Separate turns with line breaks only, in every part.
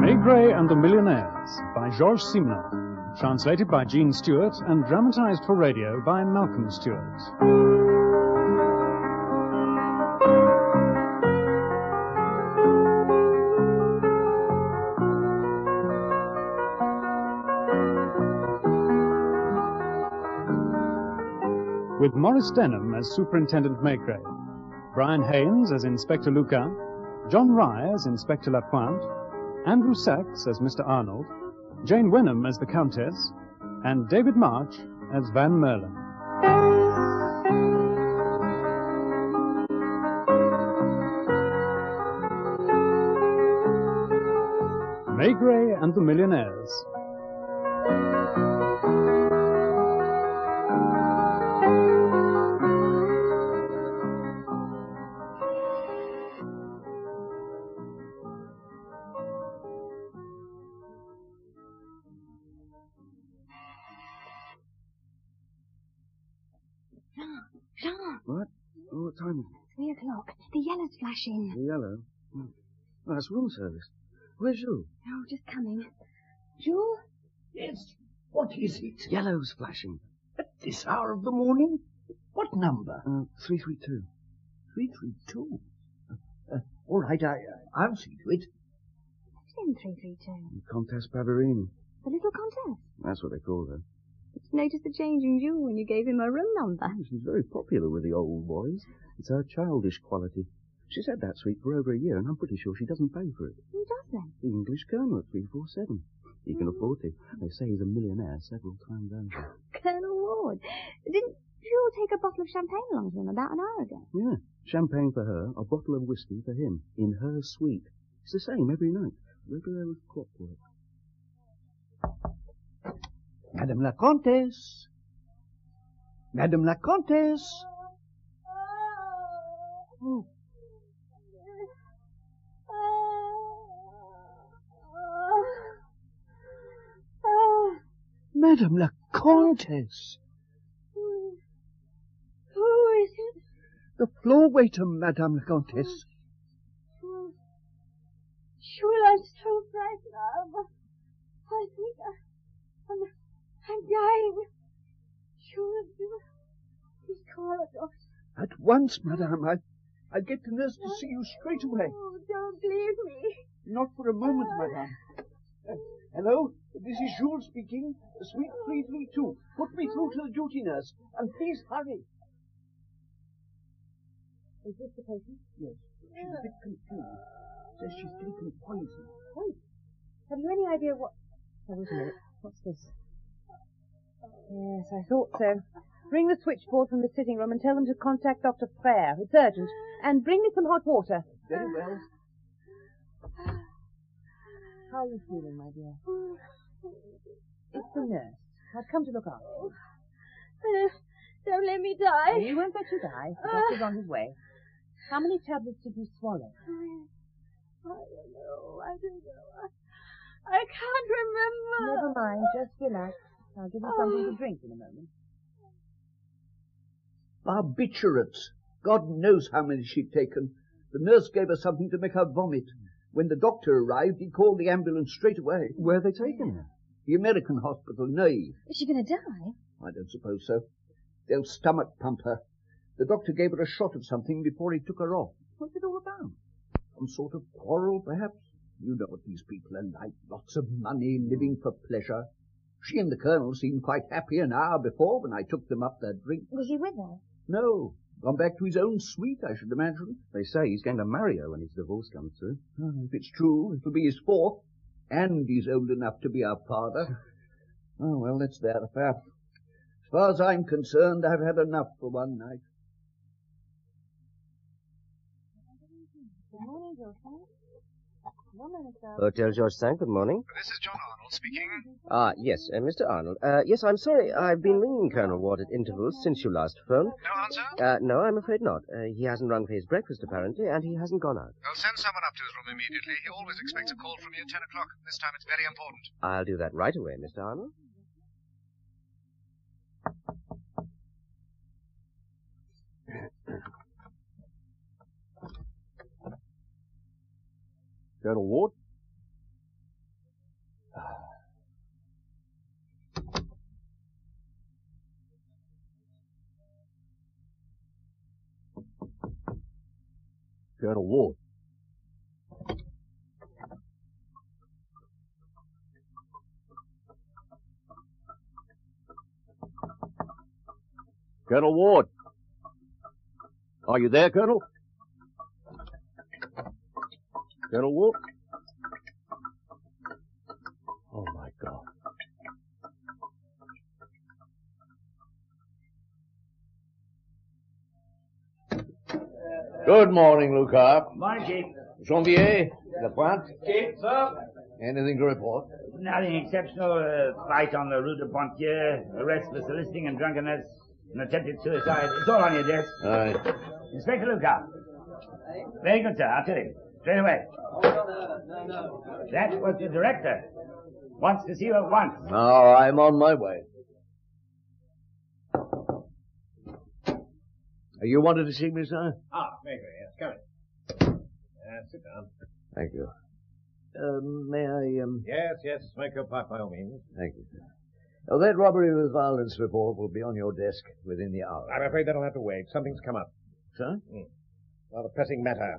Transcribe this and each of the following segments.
May Gray and the Millionaires by Georges Simenon, translated by Gene Stewart and dramatized for radio by Malcolm Stewart. With Morris Denham as Superintendent Maigret, Brian Haynes as Inspector Lucas, John Rye as Inspector Lapointe, Andrew Sachs as Mr. Arnold, Jane Wenham as the Countess, and David March as Van Merlin. Maigret and the Millionaires.
Jean, Jean,
What? Oh, what time is it?
three o'clock. The yellow's flashing.
The yellow. Hmm. Oh, that's room service. Where's you?
Oh, just coming. Jules?
Yes. What is it?
Yellow's flashing.
At this hour of the morning? What number?
Uh, 332.
Three three two. Uh, all right, I I'll see to it.
What's in 332?
The Comtesse Barberini.
The little contest.
That's what they call her.
Did you notice the change in Jules when you gave him her room number?
Oh, She's very popular with the old boys. It's her childish quality. She's had that suite for over a year, and I'm pretty sure she doesn't pay for it.
Who does then?
The English colonel at 347. He can afford to. They say he's a millionaire several times over.
Colonel Ward. Didn't Jules take a bottle of champagne along with him about an hour ago?
Yeah. Champagne for her, a bottle of whiskey for him, in her suite. It's the same every night. Regular as clockwork.
Madame la Comtesse. Madame la Comtesse. Oh, Madame la Comtesse.
Who Oh, is it?
The floor waiter, Madame la Comtesse.
Jules. Jules, I'm so frightened. I'm, I think I, I'm, I'm dying. Jules, you- please call a doctor.
At once, Madame. I, I'll get the nurse to see you straight away.
Oh, don't leave me.
Not for a moment, madame. Uh, hello, this is Jules speaking. Suite 332. Put me through to the duty nurse, and please hurry. Is this the patient? Yes. She's a bit confused. Says she's taken poison.
Have you any idea what? Oh, wait a minute. What's this? Yes, I thought so. Bring the switchboard from the sitting room and tell them to contact Dr. Frere. It's urgent. And bring me some hot water.
Very well.
How are you feeling, my dear? It's the nurse. I've come to look after you.
Uh, don't let me
And
die.
He won't let you die. The doctor's on his way. How many tablets did you swallow?
I don't know. I don't know. I, I can't remember.
Never mind. Just relax. I'll give you something
Oh.
to drink in a moment.
Barbiturates. God knows how many she'd taken. The nurse gave her something to make her vomit. When the doctor arrived, he called the ambulance straight away.
Where are they taking her?
The American hospital, Nave.
Is she going to die?
I don't suppose so. They'll stomach pump her. The doctor gave her a shot of something before he took her off. What's it all about? Some sort of quarrel, perhaps? You know what these people are like. Lots of money, living for pleasure. She and the colonel seemed quite happy an hour before when I took them up their drink.
Was he with her?
No, gone back to his own suite, I should imagine.
They say he's going to marry her when his divorce comes through.
Oh, If it's true, it'll be his fourth. And he's old enough to be our father. Oh, well, it's their affair. As far as I'm concerned, I've had enough for one night.
Good morning, Joseph. Morning, sir.
Hotel Uh, George Sank, good morning.
This is John Arnold speaking.
Ah, yes, uh, Mr. Arnold. Uh, yes, I'm sorry. I've been ringing Colonel Ward at intervals since you last phoned.
No answer?
Uh, no, I'm afraid not. Uh, he hasn't rung for his breakfast, apparently, and he hasn't gone out.
I'll send someone up to his room immediately. He always expects a call from you at 10 o'clock. This time it's very important.
I'll do that right away, Mr. Arnold.
Colonel Ward? Colonel Ward. Colonel Ward. Are you there, Colonel? Colonel Ward? Oh my God. Good morning, Luca.
Morning, Chief.
Janvier, Lapointe,
Chief, sir.
anything to report?
Nothing exceptional. A fight on the Rue de Pontier, arrest for soliciting and drunkenness, an attempted suicide. It's all on your desk.
Aye.
Inspector Luca. Very good, sir. I'll tell him. Straight away. That was the director. Wants to see you at once.
Now I'm on my way. You wanted to see me, sir?
Ah, very good. Yes, come in. sit down.
Thank you. Uh, may I, um,
Yes, yes. Smoke your pipe by all means.
thank you, sir. Oh, that robbery with violence report will be on your desk within the hour.
I'm afraid that'll have to wait. Something's come up. Hmm.
Sir?
Rather pressing matter.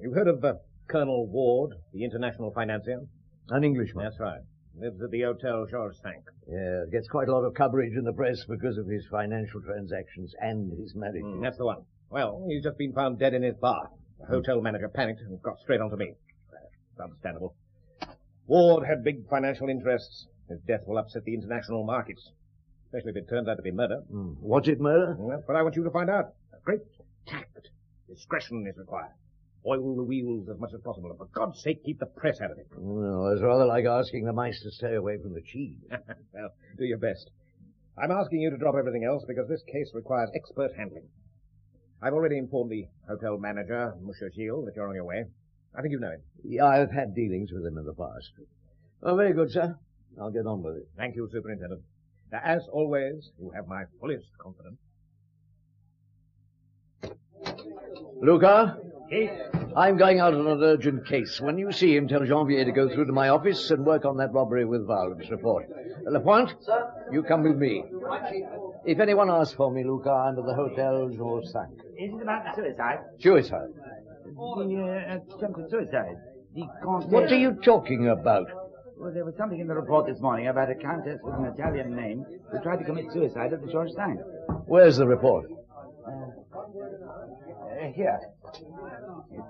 You've heard of uh, Colonel Ward, the international financier?
An Englishman.
That's right. Lives at the Hotel Georges Sank.
Yeah, gets quite a lot of coverage in the press because of his financial transactions and his marriage.
That's the one. Well, he's just been found dead in his bath. Hmm. The hotel manager panicked and got straight onto me. It's understandable. Ward had big financial interests. His death will upset the international markets, especially if it turns out to be murder.
Was it murder?
And that's what I want you to find out. Great tact, discretion is required. Oil the wheels as much as possible, and for God's sake, keep the press out of it.
Well, it's rather like asking the mice to stay away from the cheese.
well, do your best. I'm asking you to drop everything else because this case requires expert handling. I've already informed the hotel manager, Monsieur Gilles, that you're on your way. I think you know him.
Yeah, I've had dealings with him in the past. Oh, very good, sir. I'll get on with it.
Thank you, Superintendent. Now, as always, you have my fullest confidence.
Luca,
Chief.
I'm going out on an urgent case. When you see him, tell Janvier to go through to my office and work on that robbery with violence report. Lapointe, you come with me. If anyone asks for me, Luca, I'm at the Hotel George Sank.
Is it about the suicide?
Suicide.
The uh, attempted suicide. The contest.
What are you talking about?
Well, there was something in the report this morning about a countess with an Italian name who tried to commit suicide at the George Sank.
Where's the report?
Uh, here. It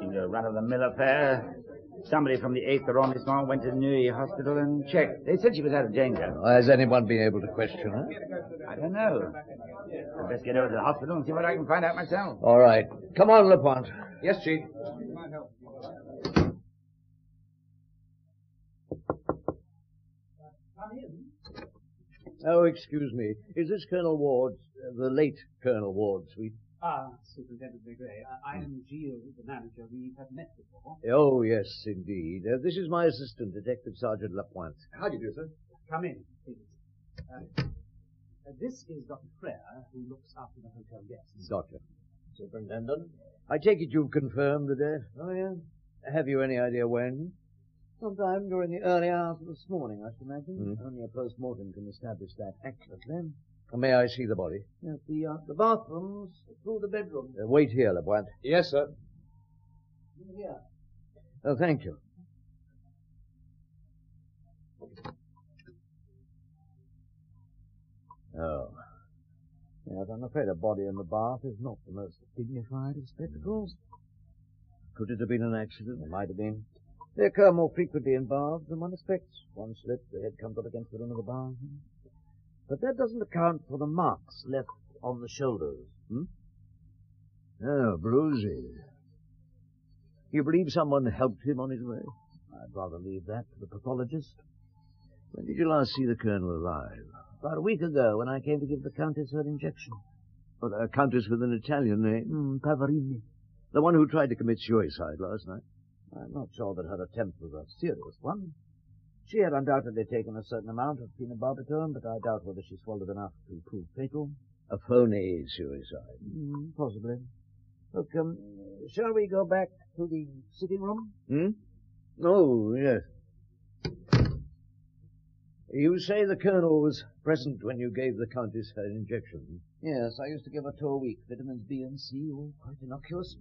seemed a run-of-the-mill affair. Somebody from the 8th arrondissement went to the Neuilly Hospital and checked. They said she was out of danger.
Has anyone been able to question her?
I don't know. I'll just get over to the hospital and see what I can find out myself.
All right. Come on, Lapointe.
Yes, Chief.
Oh, excuse me. Is this Colonel Ward's, uh, the late Colonel Ward's suite?
Ah, Superintendent McRae, I, I am Gilles, the manager we have met before.
Oh, yes, indeed. Uh, this is my assistant, Detective Sergeant Lapointe.
How do you do, sir? Come in, please. Uh, uh, this is Dr. Frere, who looks after the hotel guests.
Doctor. Superintendent. I take it you've confirmed the death? Oh, yeah. Have you any idea when?
Sometime during the early hours of this morning, I should imagine.
Hmm.
Only a post-mortem can establish that accurately.
May I see the body?
Yes, the, uh, the bathrooms through the bedroom.
Uh, wait here, Lapointe.
Yes, sir.
Here.
Oh, thank you. Oh. Yes, I'm afraid a body in the bath is not the most dignified of spectacles. Could it have been an accident? It might have been.
They occur more frequently in baths than one expects. One slip, the head comes up against the rim of the bath. But that doesn't account for the marks left on the shoulders. Hmm? Oh, bruises. You believe someone helped him on his way? I'd rather leave that to the pathologist.
When did you last see the colonel alive?
About a week ago, when I came to give the Countess her injection.
Well, a countess with an Italian name, mm, Pavarini. The one who tried to commit suicide last night.
I'm not sure that her attempt was a serious one. She had undoubtedly taken a certain amount of phenobarbital, but I doubt whether she swallowed enough to prove fatal.
A phony suicide.
Mm, possibly. Look, um, shall we go back to the sitting room?
Hmm? Oh, yes.
You say the colonel was present when you gave the countess her injection.
Yes, I used to give her two a week, vitamins B and C, all quite innocuous.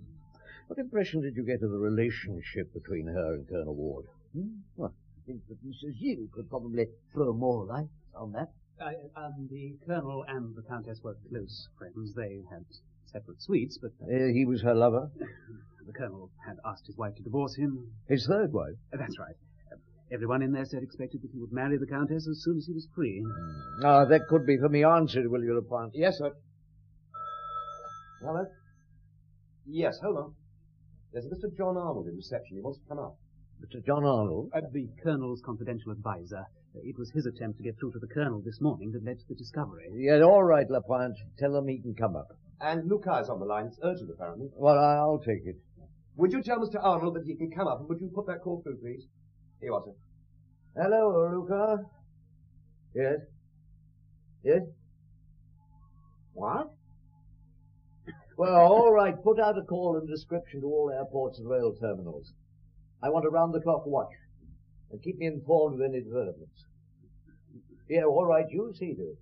What impression did you get of the relationship between her and Colonel Ward?
Hmm? Well, I think that Mrs. Gill could probably throw more light on that.
Uh, um, the colonel and the countess were close friends. They had separate suites, but
Eh.
Uh, he was her lover.
the colonel had asked his wife to divorce him.
His third wife.
Uh, That's right. Uh, Everyone in there said expected that he would marry the countess as soon as he was free.
Hmm.
Ah, that could be for me answered, will you, Lupin?
Yes, sir.
Hello? Yes, hold on. There's a Mr. John Arnold in reception. He wants to come up.
Mr. John Arnold?
Uh, the colonel's confidential advisor. Uh, It was his attempt to get through to the colonel this morning that led to the discovery.
Yeah, all right, Lapointe. Tell him he can come up.
And Luca is on the line. It's urgent, apparently.
Well, I'll take it.
Would you tell Mr. Arnold that he can come up, and would you put that call through, please? Here you are, sir.
Hello, Luca. Yes? Yes?
What?
Well, all right, put out a call and description to all airports and rail terminals. I want a round-the-clock watch. And keep me informed of any developments. Yeah, all right, you see to it.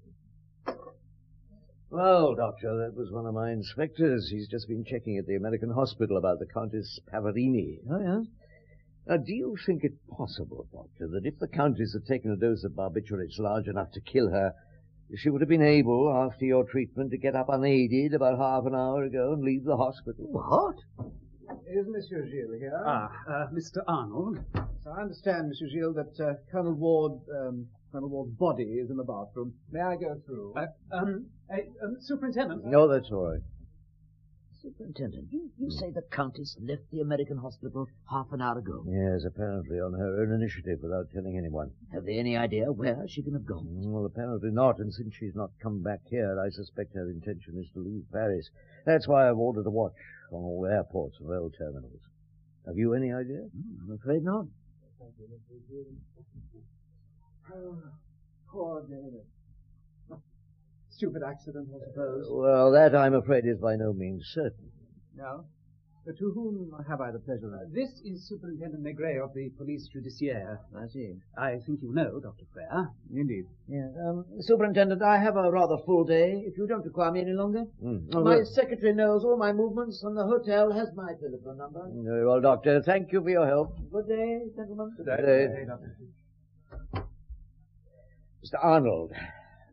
Well, Doctor, that was one of my inspectors. He's just been checking at the American hospital about the Countess Pavarini.
Oh, yes?
Now, do you think it possible, Doctor, that if the Countess had taken a dose of barbiturates large enough to kill her, she would have been able, after your treatment, to get up unaided about half an hour ago and leave the hospital?
What?
Is Monsieur Gilles here?
Ah, uh, Mr. Arnold.
So I understand, Monsieur Gilles, that uh, Colonel Ward, um, Colonel Ward's body is in the bathroom. May I go through?
Uh, um, uh, um, Superintendent?
No, that's all right.
Superintendent, you, you say the Countess left the American hospital half an hour ago.
Yes, apparently on her own initiative without telling anyone.
Have they any idea where she can have gone?
Mm, Well, apparently not, and since she's not come back here, I suspect her intention is to leave Paris. That's why I've ordered a watch on all airports and rail terminals. Have you any idea?
Hmm, I'm afraid not.
Oh, poor David. Stupid accident, I suppose.
Oh.
Well, that I'm afraid is by no means certain.
No? But to whom have I the pleasure of?
This is Superintendent Maigret of the Police Judiciaire.
I see.
I think you know, Dr. Frere. Indeed.
Yes, um, Superintendent, I have a rather full day, if you don't require me any longer.
Mm.
my secretary knows all my movements, and the hotel has my telephone number.
Very well, Doctor. Thank you for your help.
Good day, gentlemen.
Good day. Mr. Arnold,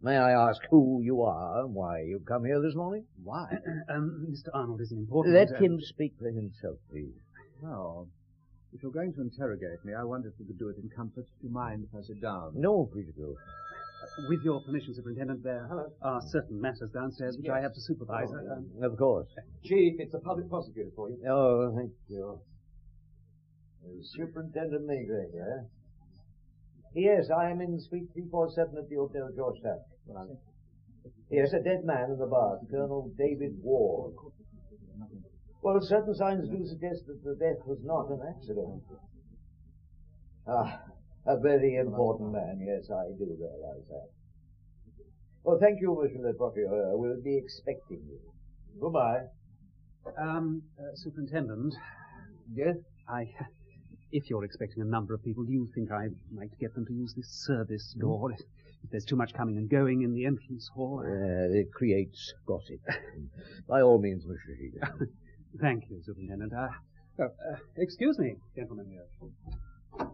may I ask who you are and why you've come here this morning?
Why?
um, Mr. Arnold is an important...
Let
uh,
him speak for himself, please.
Oh, if you're going to interrogate me, I wonder if you could do it in comfort. Do you mind if I sit down?
No, please do.
With your permission, Superintendent, there are certain matters downstairs which I have to supervise.
Oh,
Um,
Of course.
Chief, it's the public prosecutor for you.
Oh, thank you. Superintendent Maigret, eh? Yes, I am in suite 347 at the Hotel Georgetown. Yes, a dead man in the bath, Colonel David Ward. Well, certain signs do suggest that the death was not an accident. Ah, a very important man, yes, I do realize that. Well, thank you, Monsieur le Procureur. We'll be expecting you. Goodbye.
um, uh, Superintendent,
Yes?
I... If you're expecting a number of people, do you think I'd like to get them to use this
Hmm?
service door? If there's too much coming and going in the entrance hall...
Uh, it creates gossip. By all means, Monsieur Heaton.
Thank you, Superintendent. Uh, oh, uh, excuse me, gentlemen here.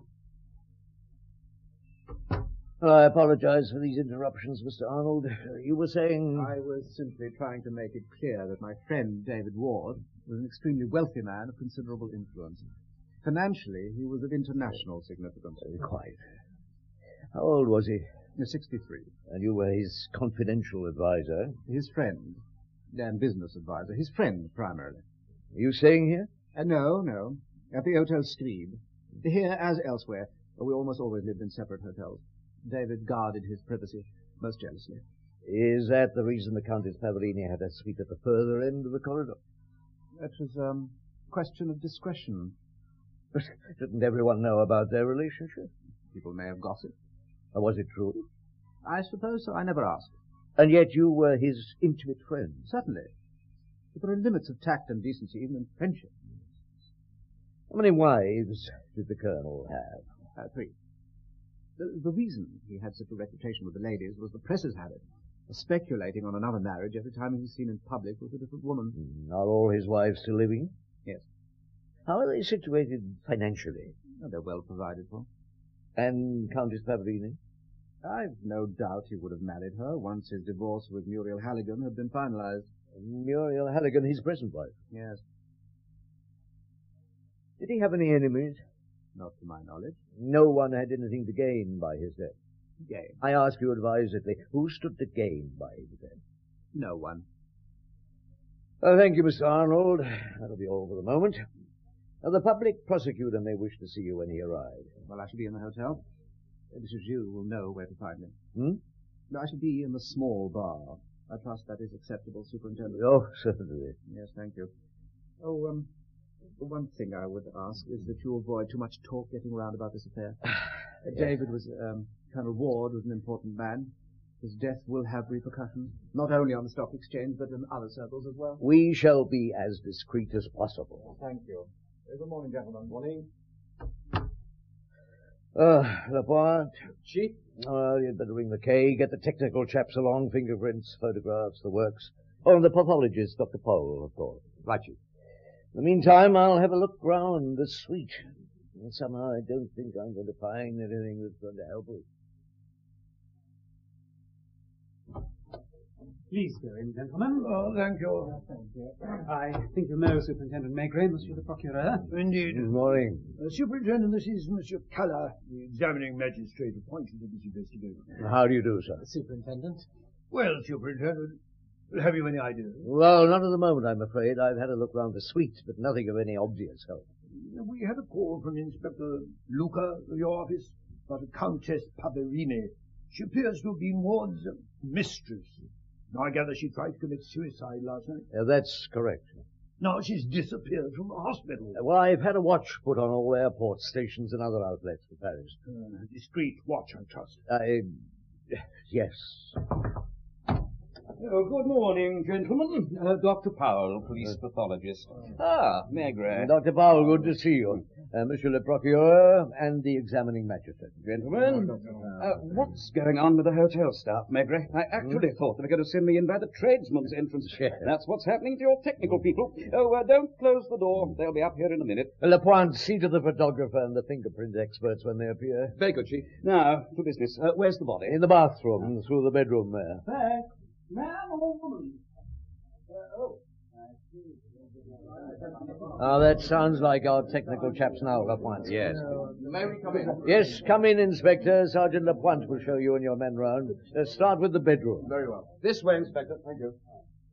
Well, Oh, I apologize for these interruptions, Mr. Arnold. Uh, You were saying...
I was simply trying to make it clear that my friend David Ward was an extremely wealthy man of considerable influence.
Financially, he was of international significance.
Quite. How old was he?
63.
And you were his confidential advisor?
His friend. And business advisor. His friend, primarily.
Are you staying here?
Uh, no, no. At the Hotel Strebe. Here, as elsewhere, we almost always lived in separate hotels. David guarded his privacy most jealously.
Is that the reason the Countess Pavarini had a suite at the further end of the corridor?
That was a um, question of discretion.
But didn't everyone know about their relationship?
People may have gossiped.
Or was it true?
I suppose so. I never asked.
And yet you were his intimate friend.
Certainly. But there are limits of tact and decency, even in friendship.
How many wives did the Colonel have?
Uh, three. The, the reason he had such a reputation with the ladies was the press's had it. Speculating on another marriage every time he was seen in public with a different woman.
Are all his wives still living?
Yes.
How are they situated financially?
Oh, they're well provided for.
And Countess Pavarini?
I've no doubt he would have married her once his divorce with Muriel Halligan had been finalized.
Muriel Halligan, his present wife?
Yes.
Did he have any enemies?
Not to my knowledge.
No one had anything to gain by his death.
Gain?
I ask you advisedly, who stood to gain by his death?
No one.
Oh, thank you, Mr. Arnold. That'll be all for the moment. Now, the public prosecutor may wish to see you when he arrives.
Well, I shall be in the hotel. Mrs. Yu will know where to find me.
Hmm?
I shall be in the small bar. I trust that is acceptable, Superintendent.
Oh, certainly.
Yes, thank you. Oh, um, the one thing I would ask is that you avoid too much talk getting round about this affair. Uh, David was, um, Colonel Ward was an important man. His death will have repercussions, not only on the stock exchange, but in other circles as well.
We shall be as discreet as possible.
Thank you. Uh, Good morning, gentlemen.
Morning.
Uh, Lapointe.
Chief?
Oh, you'd better ring the K, get the technical chaps along, fingerprints, photographs, the works. Oh, and the pathologist, Dr. Powell, of course.
Right, Chief.
In the meantime, I'll have a look round the suite. And somehow I don't think I'm going to find anything that's going to help us.
Please go in, gentlemen.
Oh, thank you.
Thank you. I think you know Superintendent Maigret, Monsieur le Procureur.
Indeed.
Good morning.
Uh, Superintendent, this is Monsieur Keller, the examining magistrate appointed to this investigation.
How do you do, sir?
Superintendent.
Well, Superintendent, have you any idea?
Well, not at the moment, I'm afraid. I've had a look round the suite, but nothing of any obvious help.
We had a call from Inspector Luca of your office about a Countess Paverini. She appears to have been Ward's mistress. Now, I gather she tried to commit suicide last night.
Uh, that's correct.
Now she's disappeared from the hospital.
Uh, well, I've had a watch put on all airport stations and other outlets for Paris.
Uh, a discreet watch, I trust.
I, yes.
Oh, good morning, gentlemen. Uh, Dr. Powell, police pathologist.
Oh.
Ah, Maigret.
Dr. Powell, good to see you. Uh, Monsieur le Procureur and the examining magistrate.
Mm. Oh,
Gentlemen, uh, what's going on with the hotel staff, Maigret?
Hmm?
I actually thought they were going to send me in by the tradesman's entrance.
Yes.
That's what's happening to your technical people. Oh, uh, don't close the door. They'll be up here in a minute.
Lapointe, see to the photographer and the fingerprint experts when they appear.
Very good, Chief. Now, to business. Uh, where's the body?
In the bathroom, through the bedroom there.
Thanks man or woman? Uh, oh.
Ah, that sounds like our technical chaps now, Lapointe.
Uh, Yes.
May we come in?
Yes, come in, Inspector. Sergeant Lapointe will show you and your men round. Uh, start with the bedroom.
Very well. This way, Inspector. Thank you.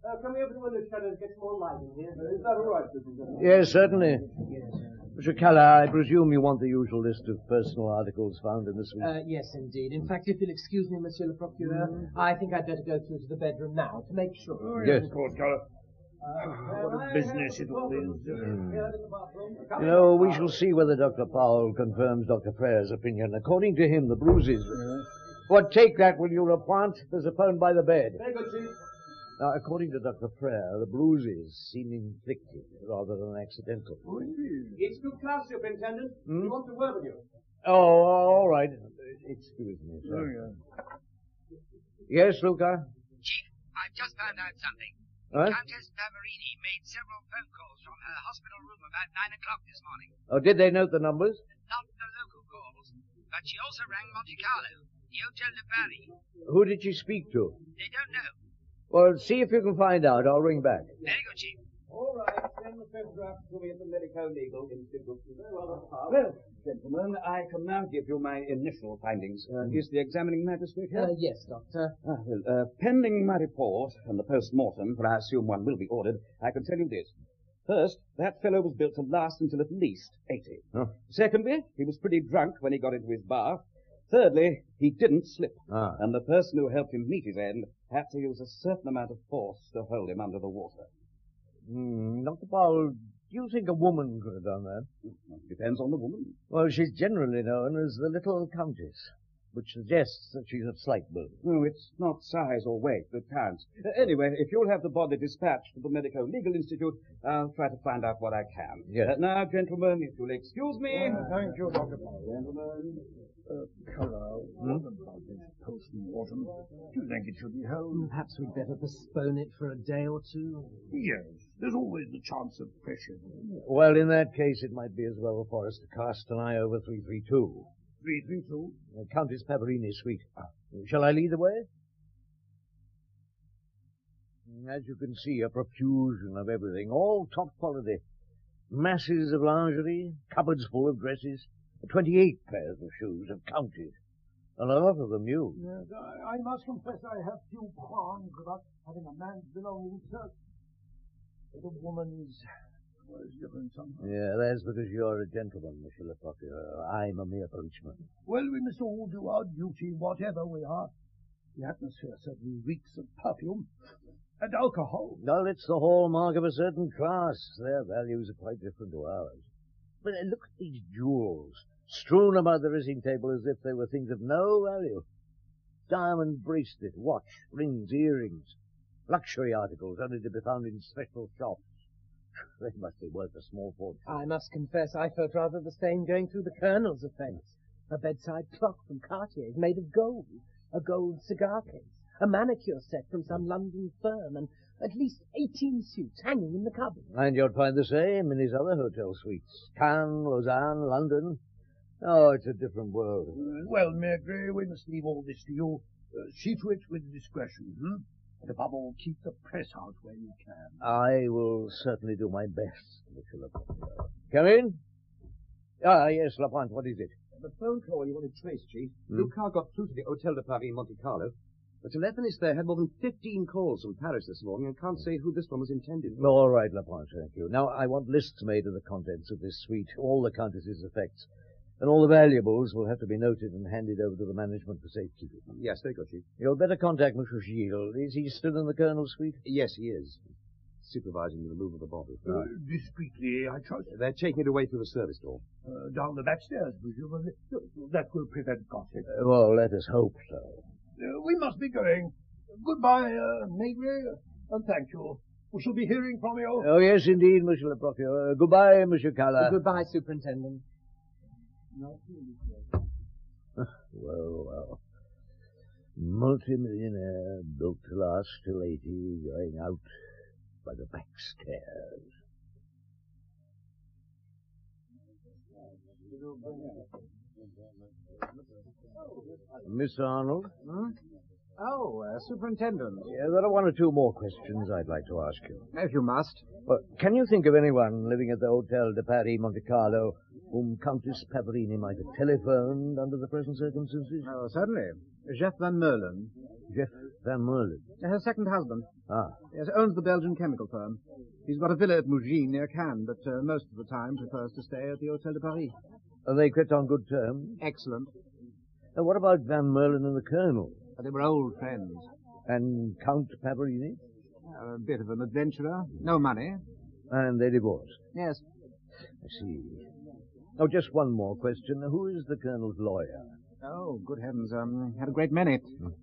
Uh, can we open the window shutter and get some more light in here?
Is that all right, Mr. General?
Yes, certainly. Yes. Mr. Keller, I presume you want the usual list of personal articles found in the suite.
Uh, yes, indeed. In fact, if you'll excuse me, Monsieur le Procureur, mm. I think I'd better go through to the bedroom now to make sure.
Oh,
yes,
of course, Keller. Uh, what a business it all is. uh,
Mm. You know, we shall see whether Dr. Powell confirms Dr. Frere's opinion. According to him, the bruises. What, take that, will you, Lapointe? There's a phone by the bed.
Very good, Chief.
Now, according to Dr. Frere, the bruises seem inflicted rather than accidental.
Oh,
it's good class, Superintendent. Hmm? We want to word with you.
Oh, all right. Excuse me, sir.
Oh,
yeah. Yes, Luca?
Chief, I've just found out something.
What?
Countess Bavarini made several phone calls from her hospital room about 9 o'clock this morning.
Oh, did they note the numbers?
Not the local calls, but she also rang Monte Carlo, the Hotel de Paris.
Who did she speak to?
They don't know.
Well, see if you can find out. I'll ring back.
Very good, Chief.
All right, send the photographs to me at the medico legal institute. Very well, Mr.
Well, gentlemen, I can now give you my initial findings. Uh, Is the examining magistrate here?
Mm-hmm. Uh, yes, Doctor.
Ah, well, uh, pending my report and the post-mortem, for I assume one will be ordered, I can tell you this. First, that fellow was built to last until at least 80. Secondly, he was pretty drunk when he got into his bar. Thirdly, he didn't slip. And the person who helped him meet his end had to use a certain amount of force to hold him under the water.
Hmm, Dr. Powell, do you think a woman could have done that?
Depends on the woman.
Well, she's generally known as the Little Countess, which suggests that she's of slight build.
No, it's not size or weight that counts. Uh, anyway, if you'll have the body dispatched to the Medico Legal Institute, I'll try to find out what I can.
Yes.
Uh, now, gentlemen, if you'll excuse me.
Thank you, Dr. Powell. Uh, Gentlemen, uh, Colour, what about this post-mortem? Do you think it should be held?
Mm, Perhaps we'd better postpone it for a day or two.
Yes, there's always the chance of pressure.
Well, in that case, it might be as well for us to cast an eye over 332.
332?
Uh, Countess Pavarini's suite. Shall I lead the way? Mm, As you can see, a profusion of everything, all top quality. Masses of lingerie, cupboards full of dresses, 28 pairs of shoes have counted, and a lot of them new.
Yes, Uh, I, I must confess I have few qualms about having a man's belongings searched. But a woman's well, it's different somehow.
Yeah, that's because you're a gentleman, Monsieur Lecoq. I'm a mere policeman.
Well, we must all do our duty, whatever we are. The atmosphere certainly reeks of perfume and alcohol.
Well, it's the hallmark of a certain class. Their values are quite different to ours. But uh, look at these jewels, strewn about the dressing table as if they were things of no value. Diamond bracelet, watch, rings, earrings. Luxury articles only to be found in special shops. They must be worth a small fortune.
I must confess I felt rather the same going through the Colonel's effects. A bedside clock from Cartier is made of gold, a gold cigar case, a manicure set from some London firm, and at least 18 suits hanging in the cupboard.
And you'd find the same in his other hotel suites. Cannes, Lausanne, London. Oh, it's a different world.
Uh, Well, Mayor Gray, we must leave all this to you. Uh, see to it with discretion, hmm? And above all, keep the press out where you can.
I will certainly do my best, Mr. Lapointe. Come in. Ah, yes, Lapointe, what is it?
The phone call you wanted traced, Chief.
Hmm?
Lucas got through to the Hotel de Paris in Monte Carlo. The telephonist there had more than 15 calls from Paris this morning and can't say who this one was intended for.
All right, Lapointe, thank you. Now, I want lists made of the contents of this suite, all the Countess's effects, and all the valuables will have to be noted and handed over to the management for safekeeping.
Yes, very good, Chief.
You'd better contact Monsieur Gilles. Is he still in the Colonel's suite?
Yes, he is. Supervising the removal of the body.
Uh, discreetly, I trust.
They're taking it away through the service door.
Uh, down the back stairs, presumably. uh, That will prevent gossip.
Uh, Well, let us hope so.
Uh, we must be going. Goodbye, uh, Maybury, and thank you. We shall be hearing from you.
Oh, yes, indeed, Monsieur Le Procureur. Goodbye, Monsieur Cala.
Goodbye, Superintendent.
Well, well. Multimillionaire, built to last till 80, going out by the back stairs. Miss Arnold?
Hmm? Oh, uh, Superintendent.
Yeah, there are one or two more questions I'd like to ask you.
If you must.
Well, can you think of anyone living at the Hotel de Paris, Monte Carlo, whom Countess Pavarini might have telephoned under the present circumstances?
Oh, certainly. Jeff Van Merlin.
Jeff Van Merlin?
Her second husband.
Ah,
Yes, owns the Belgian chemical firm. He's got a villa at Mougins near Cannes, but uh, most of the time prefers to stay at the Hotel de Paris.
Are they kept on good terms?
Excellent.
Uh, what about Van Merlin and the Colonel?
They were old friends.
And Count Pavarini?
Uh, a bit of an adventurer. No money.
And they divorced.
Yes.
I see. Oh, just one more question. Who is the Colonel's lawyer? Hmm.
Oh, good heavens. Um, had a great many.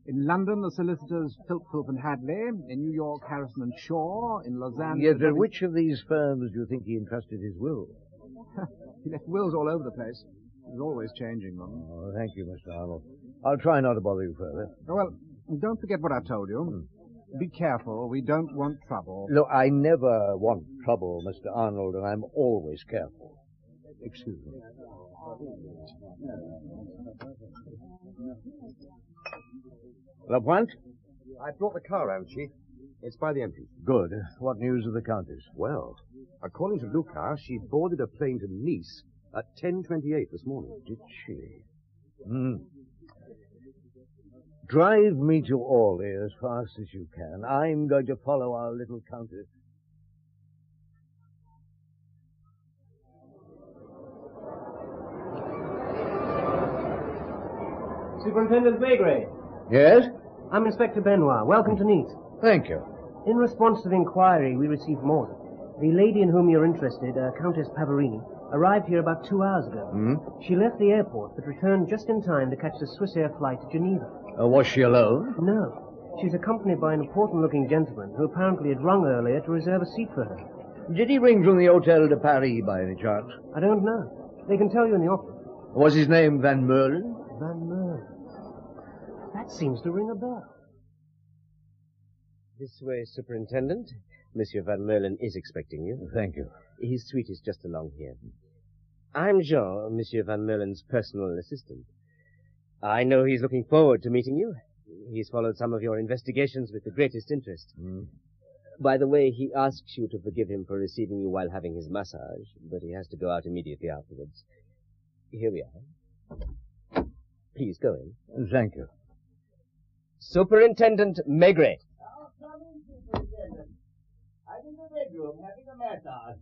In London, the solicitors Philpothe and Hadley. In New York, Harrison and Shaw. In Lausanne...
Yet, uh, which of these firms do you think he entrusted his will?
He left wills all over the place. He's always changing them.
Oh, thank you, Mr. Arnold. I'll try not to bother you further. Hmm.
Oh, Well, don't forget what I told you. Be careful. We don't want trouble.
Look, I never want trouble, Mr. Arnold, and I'm always careful. Excuse me. Lapointe?
I brought the car round, Chief.
It's by the entrance.
Good. What news of the Countess?
Well, according to Luca, she boarded a plane to Nice at 10.28 this morning.
Did she? Hmm. Drive me to Orly as fast as you can. I'm going to follow our little Countess.
Superintendent Maigret.
Yes?
I'm Inspector Benoit. Welcome to Nice.
Thank you.
In response to the inquiry, we received more. The lady in whom you're interested, uh, Countess Pavarini, arrived here about two hours ago.
Hmm?
She left the airport, but returned just in time to catch the Swiss Air flight to Geneva.
Uh, was she alone?
No. She was accompanied by an important-looking gentleman who apparently had rung earlier to reserve a seat for her.
Did he ring from the Hotel de Paris by any chance?
I don't know. They can tell you in the office.
Was his name Van Merlin?
Van Merlin. That seems to ring a bell.
This way, Superintendent. Monsieur Van Merlin is expecting you.
Thank you.
His suite is just along here. I'm Jean, Monsieur Van Merlin's personal assistant. I know he's looking forward to meeting you. He's followed some of your investigations with the greatest interest.
Hmm.
By the way, he asks you to forgive him for receiving you while having his massage, but he has to go out immediately afterwards. Here we are. Please go in.
Thank you.
Superintendent Maigret.
Come in, Superintendent. I'm in the red room having a massage.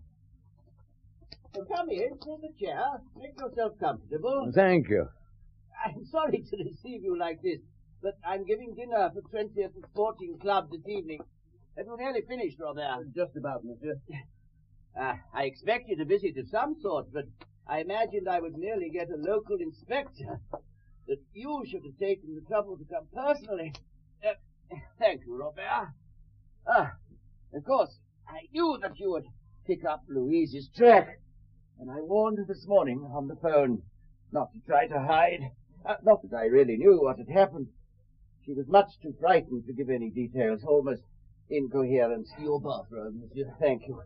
So come in, take a chair, make yourself comfortable.
Thank you.
I'm sorry to receive you like this, but I'm giving dinner for 20th Sporting Club this evening. It was nearly finished,
Uh,
Robert. Just about, monsieur. Uh, I expected a visit of some sort, but I imagined I would merely get a local inspector. That you should have taken the trouble to come personally. Uh, thank you, Robert. Ah, of course, I knew that you would pick up Louise's track, and I warned her this morning on the phone not to try to hide. Uh, not that I really knew what had happened. She was much too frightened to give any details, almost incoherent. Your bathrobe, monsieur. Thank you.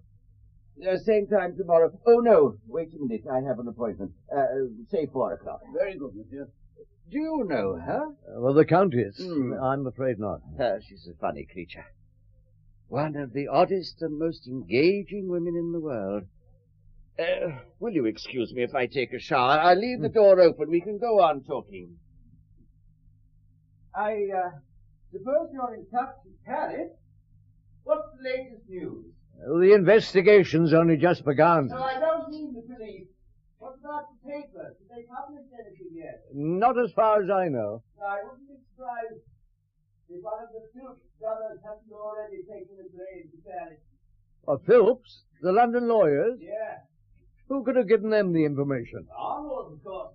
Uh, same time tomorrow. Oh, no, wait a minute. I have an appointment. Uh, say four o'clock. Very good, monsieur.
Do you know her? well, the Countess. I'm afraid not.
Uh, she's a Hmm. funny creature. One of the oddest and most engaging women in the world. Uh, will you excuse me if I take a shower? I'll leave the door open. We can go on talking.
I uh, suppose you're in touch with Paris. What's the latest news?
Well, the investigation's only just begun.
No, I don't mean the police. What about the papers? Have they published anything yet?
Not as far as I know.
I wouldn't be surprised if one of the Silk brothers hasn't already taken a plane to Paris.
Of Phillips, the London lawyers,
Yeah,
who could have given them the information?
Arnold, of course.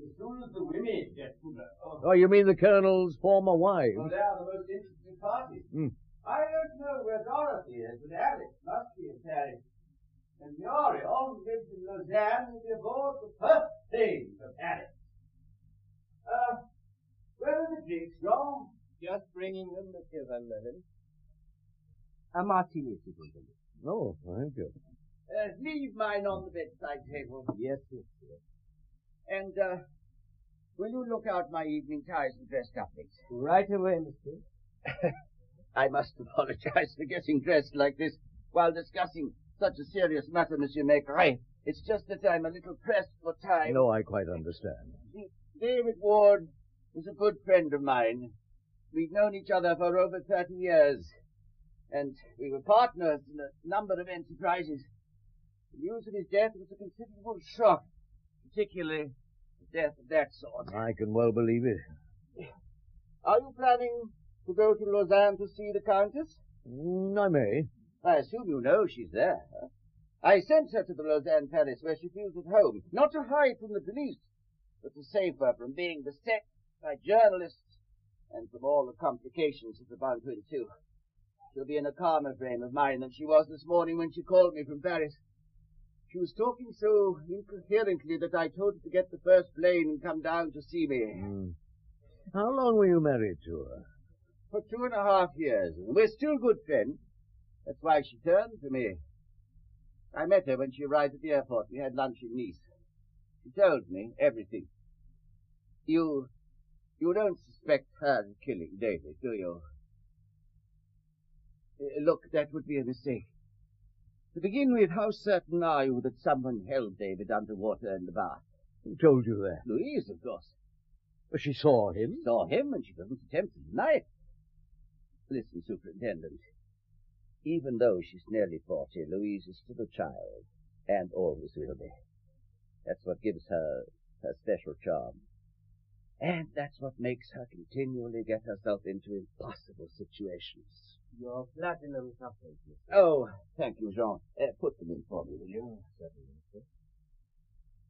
As soon as the women get put up. Oh,
Oh, you mean the Colonel's former wife?
well, they are the most interesting party.
Hmm.
I don't know where Dorothy is, but Alice must be in Paris. And Muriel lives in Lausanne and they're both the first thing for Paris. Uh, where are the drinks, John? Just bringing them, Monsieur Van Levin.
A martini, Superintendent.
Oh, thank you.
Uh, leave mine on the bedside table. Yes, yes, yes. And, uh, will you look out my evening ties and dress couplets? Right away, mister. I must apologize for getting dressed like this while discussing such a serious matter, Monsieur Maigret. It's just that I'm a little pressed for time.
No, I quite understand.
David Ward is a good friend of mine. We've known each other for over 30 years, and we were partners in a number of enterprises. The news of his death was a considerable shock, particularly a death of that sort.
I can well believe it.
Are you planning to go to Lausanne to see the Countess?
Mm, I may.
I assume you know she's there. I sent her to the Lausanne Palace where she feels at home, not to hide from the police, but to save her from being beset by journalists and from all the complications of the bound to ensue. She'll be in a calmer frame of mind than she was this morning when she called me from Paris. She was talking so incoherently that I told her to get the first plane and come down to see me.
How long were you married to her?
for two and a half years, and we're still good friends. That's why she turned to me. I met her when she arrived at the airport. We had lunch in Nice. She told me everything. You, you don't suspect her of killing David, do you?
Uh, look, that would be a mistake. To begin with, how certain are you that someone held David underwater in the bath?
Who told you that?
Louise, of course.
But she saw him.
Saw him, and she doesn't attempt to deny it. Listen, Superintendent. Even though she's nearly forty, Louise is still a child, and always will be. That's what gives her her special charm. And that's what makes her continually get herself into impossible situations.
Your platinum suffrage, Mr.
Oh, thank you, Jean.
Eh,
Uh, put them in for me, will you?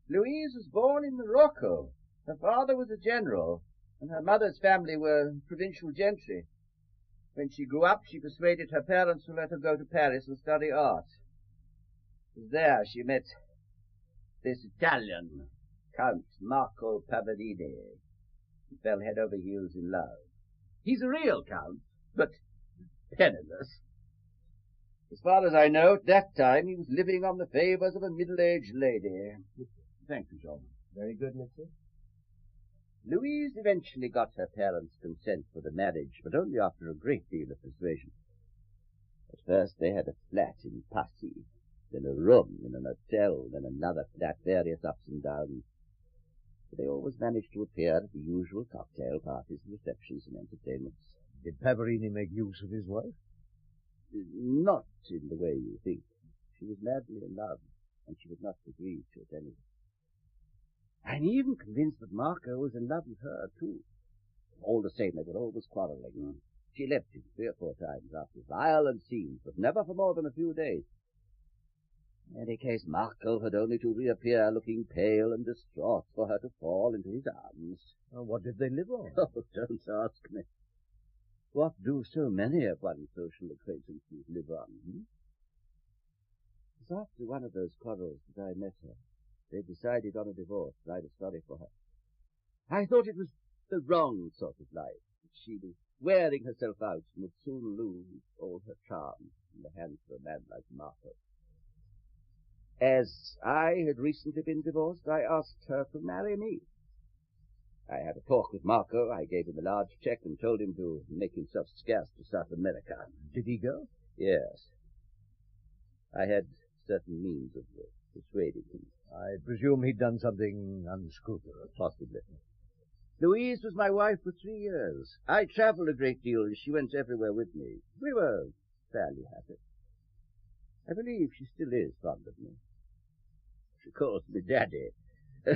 Louise was born in Morocco. Her father was a general, and her mother's family were provincial gentry. When she grew up, she persuaded her parents to let her go to Paris and study art. It was There she met this Italian, Count Marco Pavarini, and fell head over heels in love. He's a real count, but penniless. As far as I know, at that time he was living on the favours of a middle-aged lady. Thank you, John.
Very good, mister.
Louise eventually got her parents' consent for the marriage, but only after a great deal of persuasion. At first they had a flat in Passy, then a room in an hotel, then another flat, various ups and downs. But they always managed to appear at the usual cocktail parties and receptions and entertainments.
Did Pavarini make use of his wife?
Not in the way you think. She was madly in love, and she would not agree to it anyway. I'm even convinced that Marco was in love with her, too. All the same, they were always quarrelling. She left him three or four times after violent scenes, but never for more than a few days. In any case, Marco had only to reappear looking pale and distraught for her to fall into his arms.
what did they live on?
Oh, don't ask me. What do so many of one's social acquaintances live on? Hmm? It was after one of those quarrels that I met her. They decided on a divorce, and I was sorry for her. I thought it was the wrong sort of life. that She was wearing herself out and would soon lose all her charm in the hands of a man like Marco. As I had recently been divorced, I asked her to marry me. I had a talk with Marco. I gave him a large check and told him to make himself scarce to South America.
Did he go?
Yes. I had certain means of uh, persuading him.
I presume he'd done something unscrupulous.
Possibly. Louise was my wife for three years. I travelled a great deal and she went everywhere with me. We were fairly happy. I believe she still is fond of me. She calls me Daddy.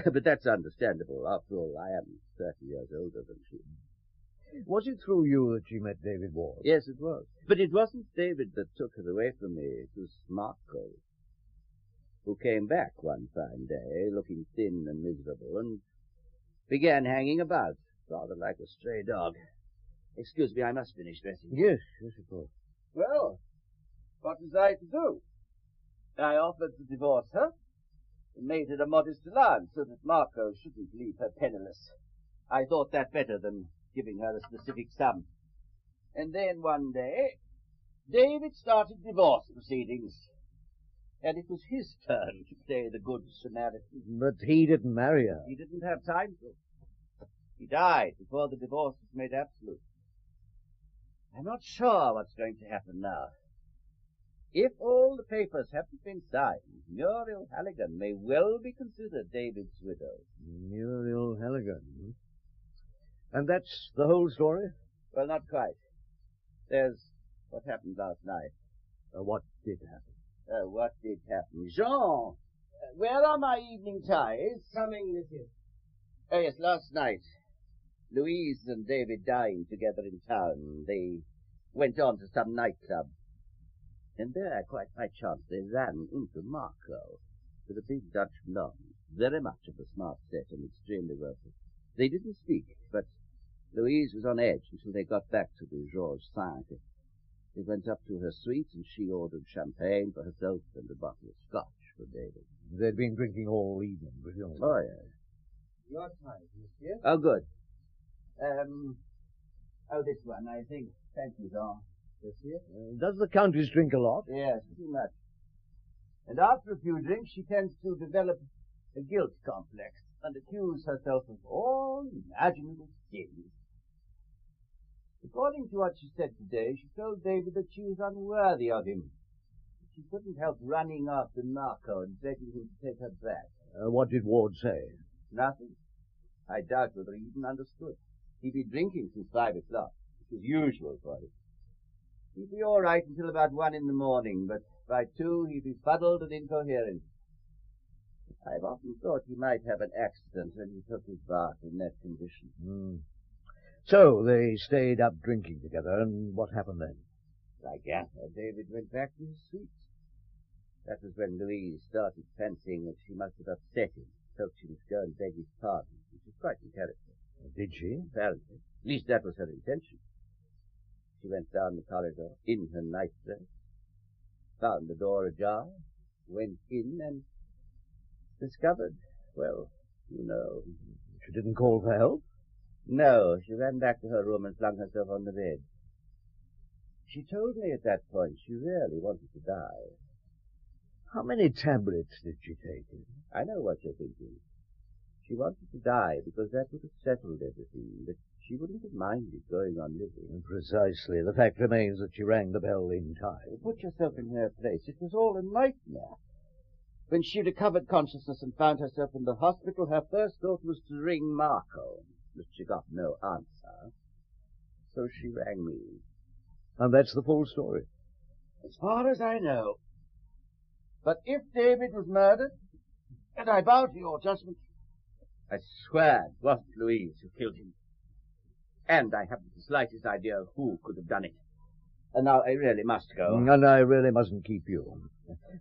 but that's understandable. After all, I am 30 years older than she.
Was it through you that she met David Ward?
Yes, it was. But it wasn't David that took her away from me. It was Marco, who came back one fine day, looking thin and miserable, and began hanging about, rather like a stray dog. Excuse me, I must finish dressing.
Yes, yes, of course.
Well, what was I to do? I offered to divorce her, and made it a modest allowance so that Marco shouldn't leave her penniless. I thought that better than giving her a specific sum. And then one day, David started divorce proceedings, and it was his turn to play the good Samaritan.
But he didn't marry her.
He didn't have time to. He died before the divorce was made absolute. I'm not sure what's going to happen now. If all the papers haven't been signed, Muriel Halligan may well be considered David's widow.
Muriel Halligan. hmm? And that's the whole story?
Well, not quite. There's what happened last night.
Uh, what did happen?
Uh, what did happen? Jean, uh, where are my evening ties?
Coming, monsieur.
Oh, yes, last night. Louise and David dined together in town. They went on to some nightclub. And there, quite by chance, they ran into Marco with a big Dutch blonde, very much of the smart set and extremely wealthy. They didn't speak, but Louise was on edge until they got back to the Georges V. They went up to her suite, and she ordered champagne for herself and a bottle of scotch for David.
They'd been drinking all evening, presumably.
Oh, yes.
Your ties, monsieur.
Oh, good. Um, oh, this one, I think. Thank you, Don. Monsieur?
Does the Countess drink a lot?
Yes, too much. And after a few drinks, she tends to develop a guilt complex and accuse herself of all imaginable sins.
According to what she said today, she told David that she was unworthy of him. She couldn't help running after Marco and begging him to take her back.
Uh, what did Ward say?
Nothing. I doubt whether he even understood. He'd been drinking since five o'clock, which is usual for him. He'd be all right until about one in the morning, but by two he'd be fuddled and incoherent. I've often thought he might have an accident when he took his bath in that condition.
Hmm. So they stayed up drinking together, and what happened then?
I gather David went back to his suite. That was when Louise started fancying that she must have upset him, so she must go and beg his pardon, which is quite intelligent.
Did she?
Apparently. At least that was her intention. She went down the corridor in her nightdress, found the door ajar, went in and discovered, well, you know.
She didn't call for help?
No, she ran back to her room and flung herself on the bed. She told me at that point she really wanted to die.
How many tablets did she take?
I know what you're thinking. She wanted to die because that would have settled everything, but she wouldn't have minded going on living.
Precisely. The fact remains that she rang the bell in time.
Put yourself in her place. It was all a nightmare. When she recovered consciousness and found herself in the hospital, her first thought was to ring Marco, but she got no answer. So she rang me.
And that's the full story.
As far as I know. But if David was murdered, and I bow to your judgment, I swear it wasn't Louise who killed him. And I haven't the slightest idea of who could have done it. And now I really must
Oh.
go.
Mm, And I really mustn't keep you.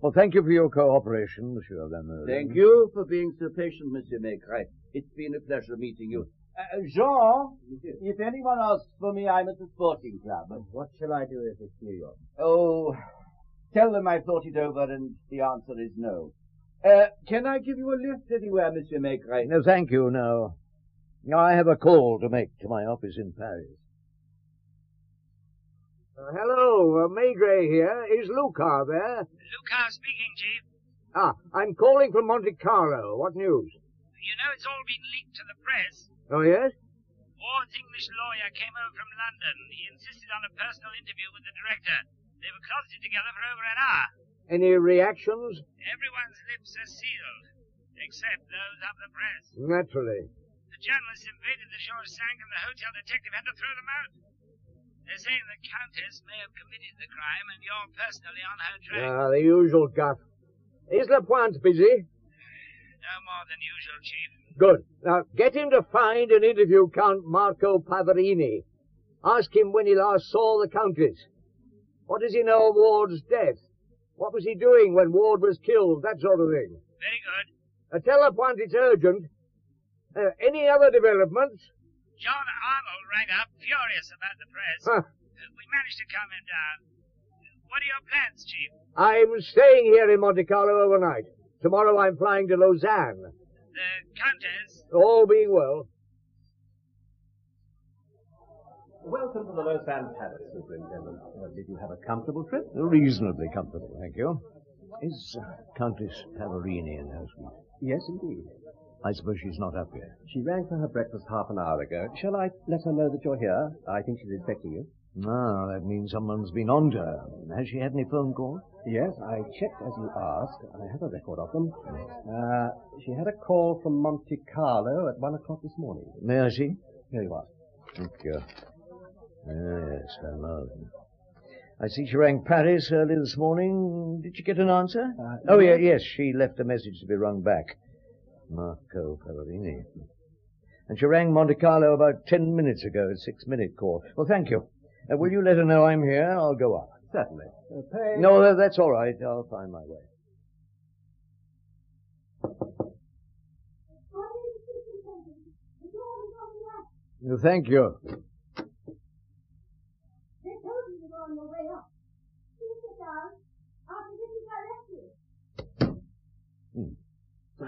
Well, thank you for your cooperation, Monsieur Van Meulen.
Thank you for being so patient, Monsieur Maigret. It's been a pleasure meeting you. Uh, Jean, if anyone asks for me, I'm at the sporting club. What shall I do if it's New York? Oh, tell them I've thought it over and the answer is no. Uh, can I give you a lift anywhere, Monsieur Maigret?
No, thank you, no. I have a call to make to my office in Paris.
Uh, hello, uh, Maigret here. Is Lucar there?
Lucar speaking, Chief.
Ah, I'm calling from Monte Carlo. What news?
You know it's all been leaked to the press.
Oh, yes?
Ward's English lawyer came over from London. He insisted on a personal interview with the director. They were closeted together for over an hour.
uh, Any reactions?
Everyone's lips are sealed, except those of the press.
Naturally.
The journalists invaded the shore sank and the hotel detective had to throw them out. They're saying the Countess may have committed the crime and you're personally on her track.
Ah, the usual guff. Is Lapointe busy?
No more than usual, Chief.
Good. Now, get him to find and interview Count Marco Pavarini. Ask him when he last saw the Countess. What does he know of Ward's death? What was he doing when Ward was killed? That sort of thing.
Very good.
Uh, tell Lapointe it's urgent. Uh, any other developments?
John Arnold rang up, furious about the press. Uh,
Huh.
We managed to calm him down. What are your plans, Chief?
I'm staying here in Monte Carlo overnight. Tomorrow I'm flying to Lausanne.
The Countess?
All being well.
Welcome to the Lausanne Palace, Superintendent. Uh, did you have a comfortable trip?
Reasonably comfortable, thank you. Is uh, Countess Pavarini in her suite?
Yes, indeed.
I suppose she's not up yet.
She rang for her breakfast half an hour ago. Shall I let her know that you're here? I think she's expecting you.
Ah, that means someone's been on to her. Has she had any phone calls?
Yes, I checked as you asked. I have a record of them. Uh, she had a call from Monte Carlo at one o'clock this morning.
May I see?
Here you are.
Thank you. Ah, Yes, Van Meulen. I see she rang Paris early this morning. Did she get an answer?
Uh,
oh,
no.
yeah, yes, she left a message to be rung back. Marco Pavarini. And she rang Monte Carlo about ten minutes ago, a six-minute call. Well, thank you. Uh, will you let her know I'm here? I'll go up.
Certainly.
No, tha- that's all right. I'll find my way. No, Thank you.
They told you you were on your way up. Please sit down. I'll be with you directly.
Hmm. Ah.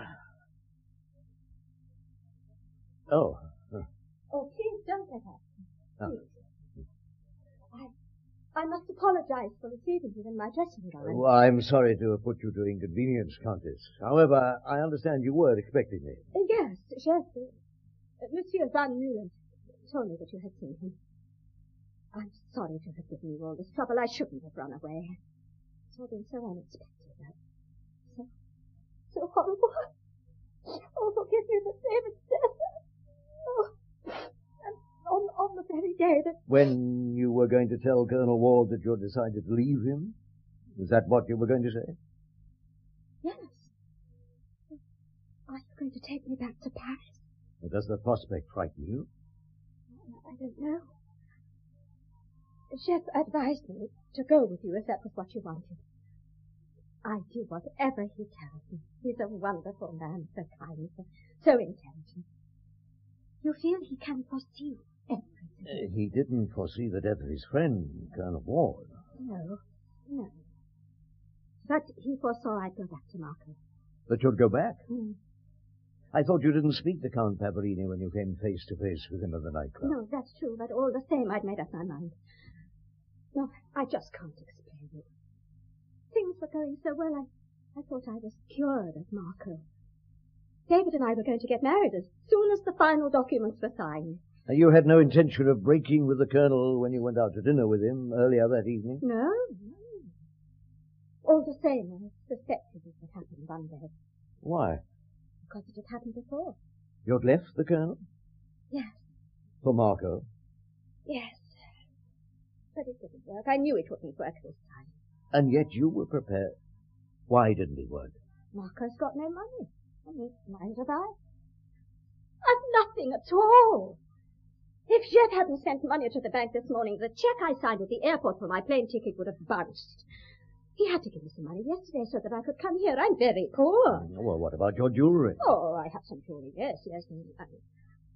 Oh, uh,
Oh, please don't let her.
Ah.
Please. I, I must apologize for receiving you in my dressing gown.
well, I'm sorry to have put you to inconvenience, Countess. However, I understand you were expecting me.
Uh, Yes, yes. Uh, Monsieur Van Meulen told me that you had seen him.
sorry to have given you all this trouble. I shouldn't have run away. It's all been so unexpected, but so, so horrible. Oh, forgive me, but David's death. Oh, and on, on the very day that
When you were going to tell Colonel Ward that you had decided to leave him? Was that what you were going to say?
Yes. Are you going to take me back to Paris?
Or does the prospect frighten you?
I don't know. Shep advised me to go with you if that was what you wanted. I do whatever he tells me. He's a wonderful man, so kind, so, so intelligent. You feel he can foresee
Uh, He didn't foresee the death of his friend, Colonel Ward.
No, no. But he foresaw I'd go back to Marco.
That you'd go back?
Mm.
I thought you didn't speak to Count Paparini when you came face to face with him at the nightclub.
No, that's true, but all the same, I'd made up my mind. No, I just can't explain it. Things were going so well, I, I thought I was cured of Marco. David and I were going to get married as soon as the final documents were signed.
And You had no intention of breaking with the Colonel when you went out to dinner with him earlier that evening?
No, no. All the same, I suspected it would happen one day,
Why?
because it had happened before.
You had left the Colonel?
Yes,
For Marco?
yes. But it didn't work. I knew it wouldn't work this time.
And yet you were prepared. Why didn't he work?
Marco's got no money. And he- Mine have I. I've nothing at all. If Jeff hadn't sent money to the bank this morning, the check I signed at the airport for my plane ticket would have bounced. He had to give me some money yesterday so that I could come here. I'm very poor.
Well, what about your jewelry?
Oh, I have some jewelry. Yes, yes. And,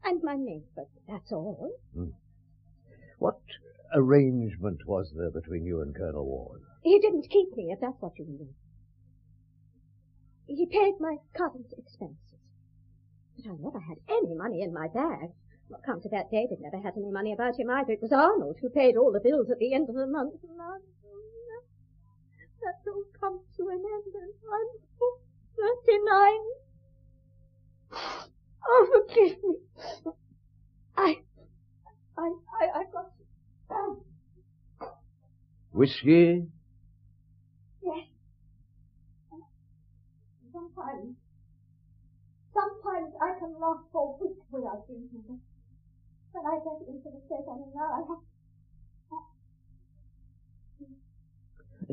and my maid, but that's all.
What arrangement was there between you and Colonel Ward?
He didn't keep me, if that's what you mean. He paid my current expenses. But I never had any money in my bag. Well, come to that, David never had any money about him either. It was Arnold who paid all the bills at the end of the month. And I- That's all come to an end, and I'm 39. Oh, forgive me. I, I, I, I've got
Whiskey?
Yes. Sometimes, sometimes I can laugh for weeks without drinking it. When I get into the state I'm in now, I have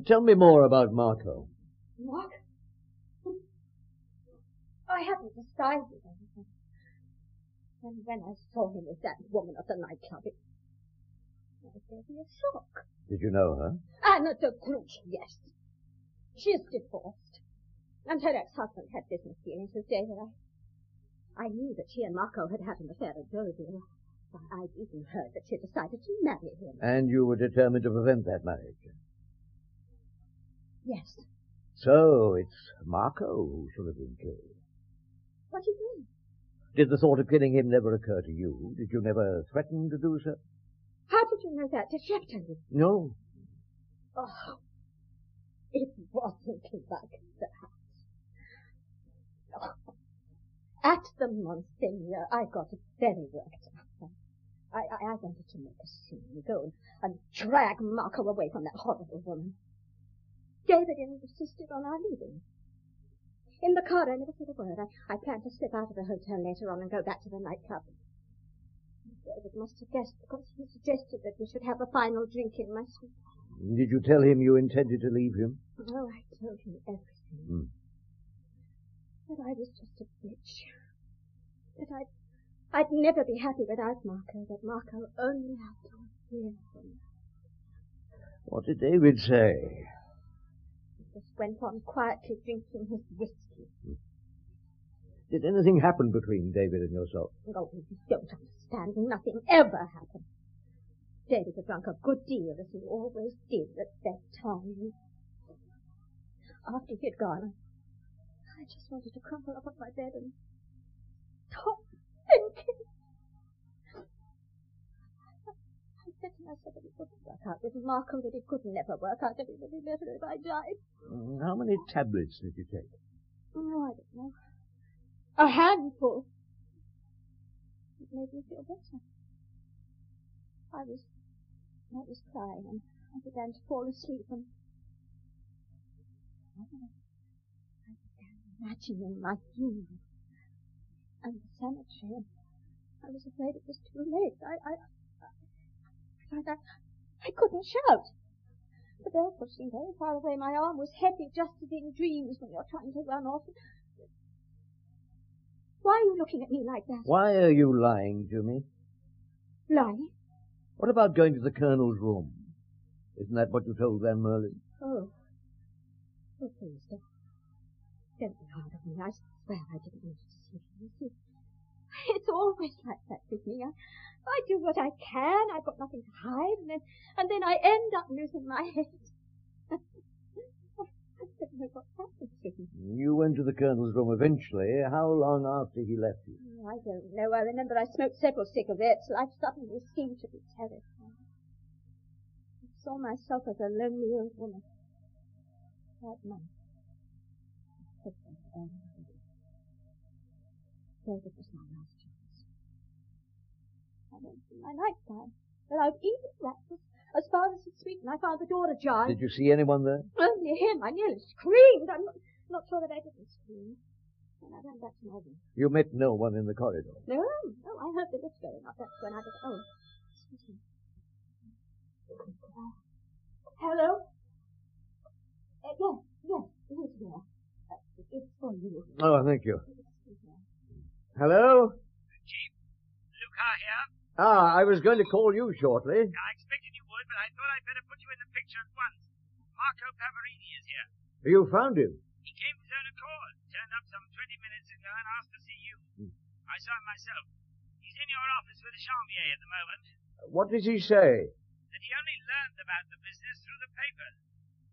Tell me more about Marco.
What? I haven't decided anything. And when I saw him with that woman at the nightclub, it it gave me a shock.
Did you know her?
Anna de Groot, yes. She is divorced. And her ex-husband had business dealings with David. I, I knew that she and Marco had had an affair at Deauville. Why, I'd even heard that she decided to marry him.
And you were determined to prevent that marriage.
Yes.
So it's Marco who should have been killed.
What do you mean?
Did the thought of killing him never occur to you? Did you never threaten to do so?
How did you know that? Did she tell you?
No.
Oh, it wasn't like that. Oh, At the Monsignor, I got very worked up. I, I, I wanted to make a scene, go and, and drag Marco away from that horrible woman. David insisted on our leaving. In the car, I never said a word. I, I planned to slip out of the hotel later on and go back to the nightclub. David must have guessed because he suggested that we should have a final drink in my suite.
Did you tell him you intended to leave him?
Oh, I told him everything.
Hmm.
That I was just a bitch. That I'd, I'd never be happy without Marco. That Marco only had to fear for me.
What did David say?
He just went on quietly drinking his whiskey.
Did anything happen between David and yourself?
Oh, you don't understand. Nothing ever happened. David had drunk a good deal, as he always did at that time. After he'd gone, I just wanted to crumple up on my bed and stop thinking. I said to myself that it wouldn't work out with Marco, that it could never work out, that it would be better if I died.
Mm, How many tablets did you take?
No, I don't know. A handful. It made me feel better. I was I was crying and I began to fall asleep and suddenly I began imagining my funeral and the cemetery and I was afraid it was too late. I, I, I, I, I couldn't shout. The belfry seemed very far away. My arm was heavy, just as in dreams when you're trying to run off. Why are you looking at me like that?
Why are you lying to me?
Lying?
What about going to the colonel's room? Isn't that what you told Van Merlin?
Oh. Oh, please, don't. Don't be hard on me. I swear I didn't mean to deceive you. You see, It's always like that with me. I, I do what I can. I've got nothing to hide, and then, and then I end up losing my head. I don't know what happened to me.
You went to the colonel's room eventually. How long after he left you?
Oh, I don't know. I remember I smoked several cigarettes. Life suddenly seemed to be terrifying. I saw myself as a lonely old woman. Like mum. My husband and David was my last chance. I went through my lifetime. Well, I was eating breakfast as far as the street, and I found the door ajar.
Did you see anyone there?
Only Oh, him. I nearly screamed. I'm not, not sure that I didn't scream. And I ran back to my room.
You met no one in the corridor.
No, no, oh, I heard the lift going up. That's when I was. Oh, excuse me. Uh, hello? Uh, yes, yes, it is here. Uh, it's for you.
Oh, thank you.
Excuse me.
Hello?
Luca here.
Ah, I was going to call you shortly.
I expected you would, but I thought I'd better put you in the picture at once. Marco Pavarini is here.
You found him.
He came of his own accord, turned up some 20 minutes ago and asked to see you. I saw him myself. He's in your office with the Chambier at the moment,
What did he say?
and he only learned about the business through the papers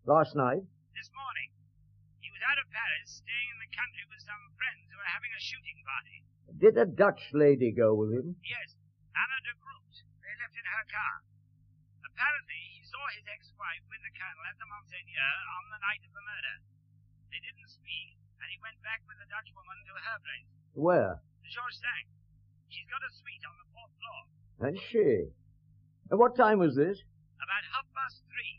Last night?
this morning. He was out of Paris, staying in the country with some friends who are having a shooting party.
Did a Dutch lady go with him?
Yes, Anna de Groot. They left in her car. Apparently, he saw his ex-wife with the colonel at the Monseigneur on the night of the murder. They didn't speak, and he went back with the Dutch woman to her place.
Where?
George sang. She's got a suite on the fourth floor,
And she. And what time was this?
about half past three.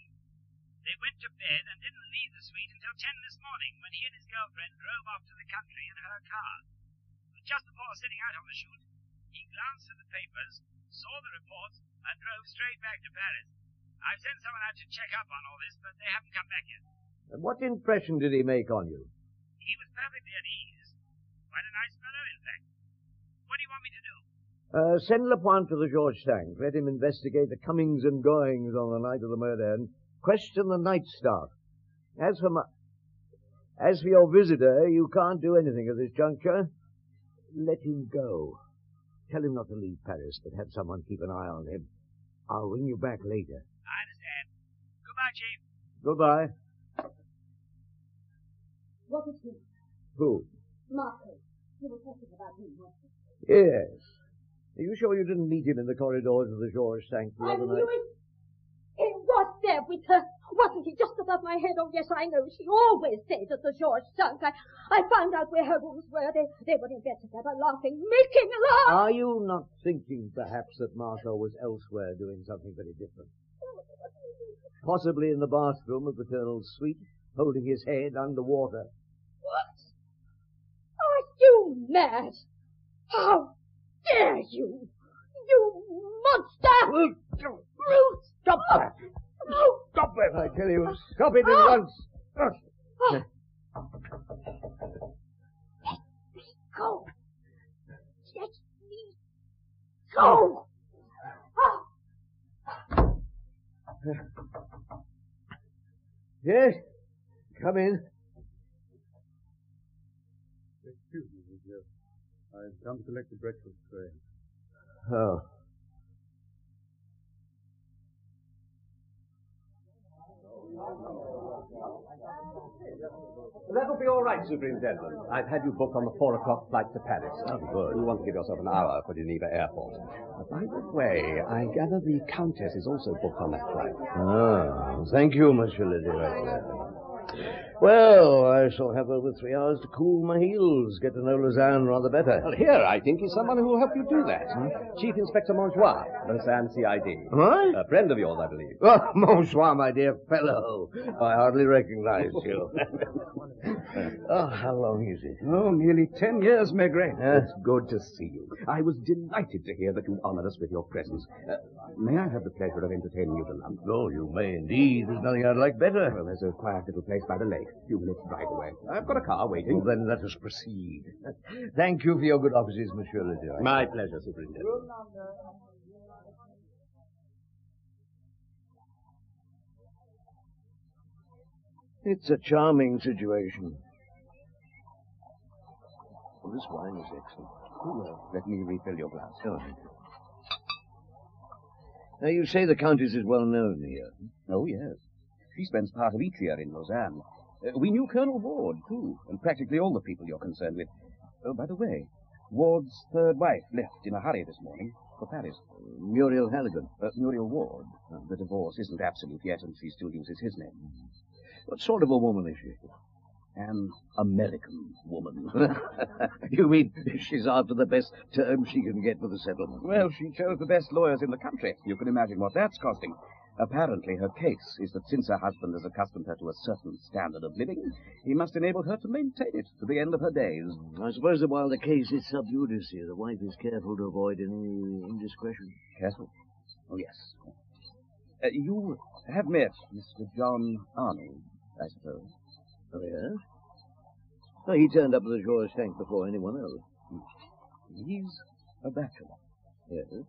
They went to bed and didn't leave the suite until ten this morning when he and his girlfriend drove off to the country in her car. But just before setting out on the shoot, he glanced at the papers, saw the reports, and drove straight back to Paris. I've sent someone out to check up on all this, but they haven't come back yet.
And what impression did he make on you?
He was perfectly at ease. Quite a nice fellow, in fact. What do you want me to do?
Uh, send Lapointe to the George Tank. Let him investigate the comings and goings on the night of the murder and question the night staff. As for my, as for your visitor, you can't do anything at this juncture. Let him go. Tell him not to leave Paris, but have someone keep an eye on him. I'll ring you back later.
I understand. Goodbye, Chief.
Goodbye.
What is he?
Who?
Marco. You were talking about him, weren't you?
Yes. Are you sure you didn't meet him in the corridors of the George Tank the
I
other
knew
night?
it. It was there with her. Wasn't he just above my head? Oh, yes, I know. She always stayed at the George Sunk. I, I found out where her rooms were. They, they were in bed together, laughing, making love.
Are you not thinking, perhaps, that Marco was elsewhere doing something very different? Possibly in the bathroom of the Colonel's suite, holding his head under water.
What? Are you mad? How dare you? You monster! Brute!
Stop that! Stop it, I tell you! Stop it
Oh!
at once!
Go! Let me go!
Yes? Come in.
Excuse me, monsieur. I've come to collect the breakfast tray.
Oh.
That'll be all right, Superintendent. I've had you booked on the four o'clock flight to Paris. Oh, good. You want to give yourself an hour for Geneva Airport. By the way, I gather the Countess is also booked on that flight.
Ah, thank you, Monsieur le Directeur. Well, I shall have over three hours to cool my heels, get to know Lausanne rather better.
Well, here, I think, is someone who will help you do that. Chief Inspector Montjoie, Lausanne CID.
What?
A friend of yours, I believe.
Oh, Monsieur, my dear fellow. I hardly recognize you. oh, how long is it?
Oh, nearly ten years, Maigret.
Yes.
It's good to see you. I was delighted to hear that you honored us with your presence. Uh, may I have the pleasure of entertaining you to lunch?
Oh, you may indeed. There's nothing I'd like better.
Well, there's a quiet little place by the lake, a few minutes' drive away. I've got a car waiting.
Well, then let us proceed. Thank you for your good offices, Monsieur le Directeur.
My pleasure, Superintendent.
It's a charming situation. Well, this wine is excellent.
Well, let me refill your glass.
Now, you say the Countess is well known here.
Oh, yes. She spends part of each year in Lausanne. Uh, we knew Colonel Ward, too, and practically all the people you're concerned with. Oh, by the way, Ward's third wife left in a hurry this morning for Paris.
Muriel Halligan.
Uh, Muriel Ward. Uh, the divorce isn't absolute yet, and she still uses his name.
What sort of a woman is she?
An American woman.
you mean she's after the best term she can get for the settlement?
well, she chose the best lawyers in the country. You can imagine what that's costing. Apparently, her case is that since her husband has accustomed her to a certain standard of living, he must enable her to maintain it to the end of her days.
I suppose that while the case is sub judice, the wife is careful to avoid any indiscretion.
Careful. Oh, yes. Uh, you have met Mr. John Um, Arnold, I suppose.
Oh, yes? Oh, he turned up at the Shaw's tank before anyone else.
Hmm. He's a bachelor.
Yes?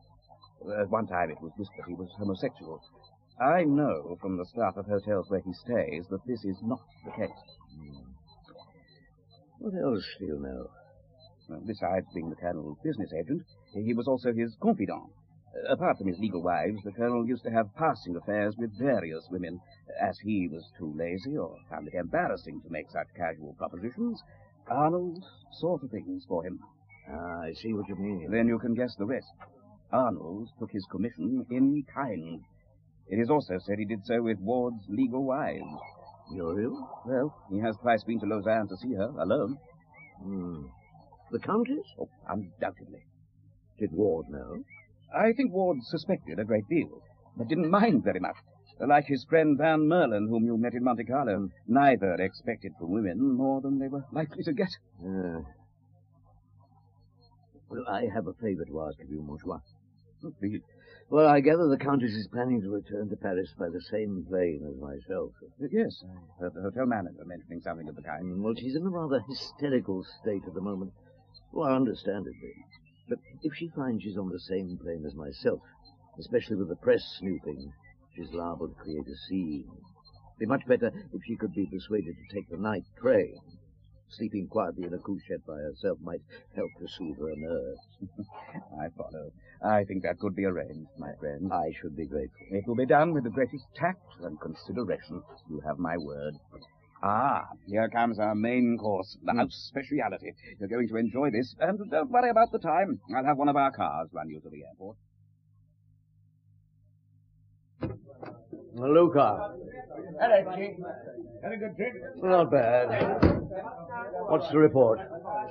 Uh, At one time it was whispered he was homosexual. I know from the staff of hotels where he stays that this is not the case.
What else do you know?
Well, besides being the colonel's business agent, he was also his confidant. Uh, Apart from his legal wives, the colonel used to have passing affairs with various women. As he was too lazy or found it embarrassing to make such casual propositions, Arnold saw to things for him.
Ah, I see what you mean.
Then you can guess the rest. Arnold took his commission in kind. It is also said he did so with Ward's legal wives.
Muriel?
Well, he has twice been to Lausanne to see her, alone.
Hmm. The Countess?
Oh, undoubtedly.
Did Ward know?
I think Ward suspected a great deal, but didn't mind very much. Like his friend Van Merlin, whom you met in Monte Carlo, neither expected from women more than they were likely to get.
Ah. Well, I have a favor to ask of you, Montjoie.
Please.
Well, I gather the Countess is planning to return to Paris by the same plane as myself.
Uh, Yes, I heard the hotel manager mentioning something of the kind.
Mm, Well, she's in a rather hysterical state at the moment. Well, understandably. But if she finds she's on the same plane as myself, especially with the press snooping, she's liable to create a scene. It'd be much better if she could be persuaded to take the night train. Sleeping quietly in a couchette by herself might help to soothe her nerves.
I follow. I think that could be arranged, my friend.
I should be grateful.
It will be done with the greatest tact and consideration. You have my word. Ah, here comes our main course, the house speciality. You're going to enjoy this, and don't worry about the time. I'll have one of our cars run you to the airport.
Luca,
Hello, Chief.
Had a good trip?
not bad. What's the report?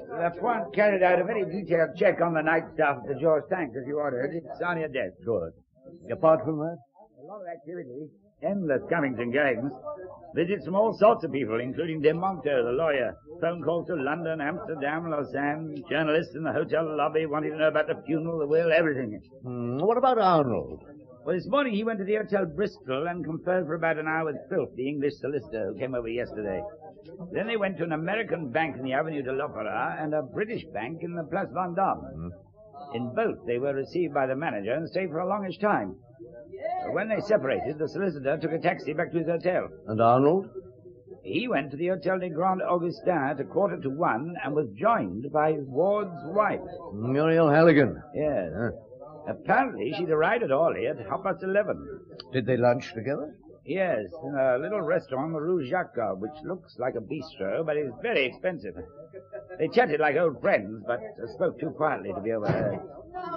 Lapointe carried out a very detailed check on the night staff at the George Tank, as you ordered. It's on your desk.
Good. Apart from that?
A lot of activity. Endless comings and goings. Visits from all sorts of people, including DeMonto, the lawyer. Phone calls to London, Amsterdam, Lausanne. Journalists in the hotel lobby wanting to know about the funeral, the will, everything.
Hmm, what about Arnold?
Well, this morning he went to the Hotel Bristol and conferred for about an hour with Philp, the English solicitor who came over yesterday. Then they went to an American bank in the Avenue de l'Opera and a British bank in the Place Vendôme. In both, they were received by the manager and stayed for a longish time. When they separated, the solicitor took a taxi back to his hotel.
And Arnold?
He went to the Hotel des Grands Augustins at a quarter to one and was joined by Ward's wife.
Muriel Halligan.
Yes. Apparently, she'd arrived at Orly at half past eleven.
Did they lunch together?
Yes, in a little restaurant on the Rue Jacob, which looks like a bistro, but is very expensive. They chatted like old friends, but uh, spoke too quietly to be overheard.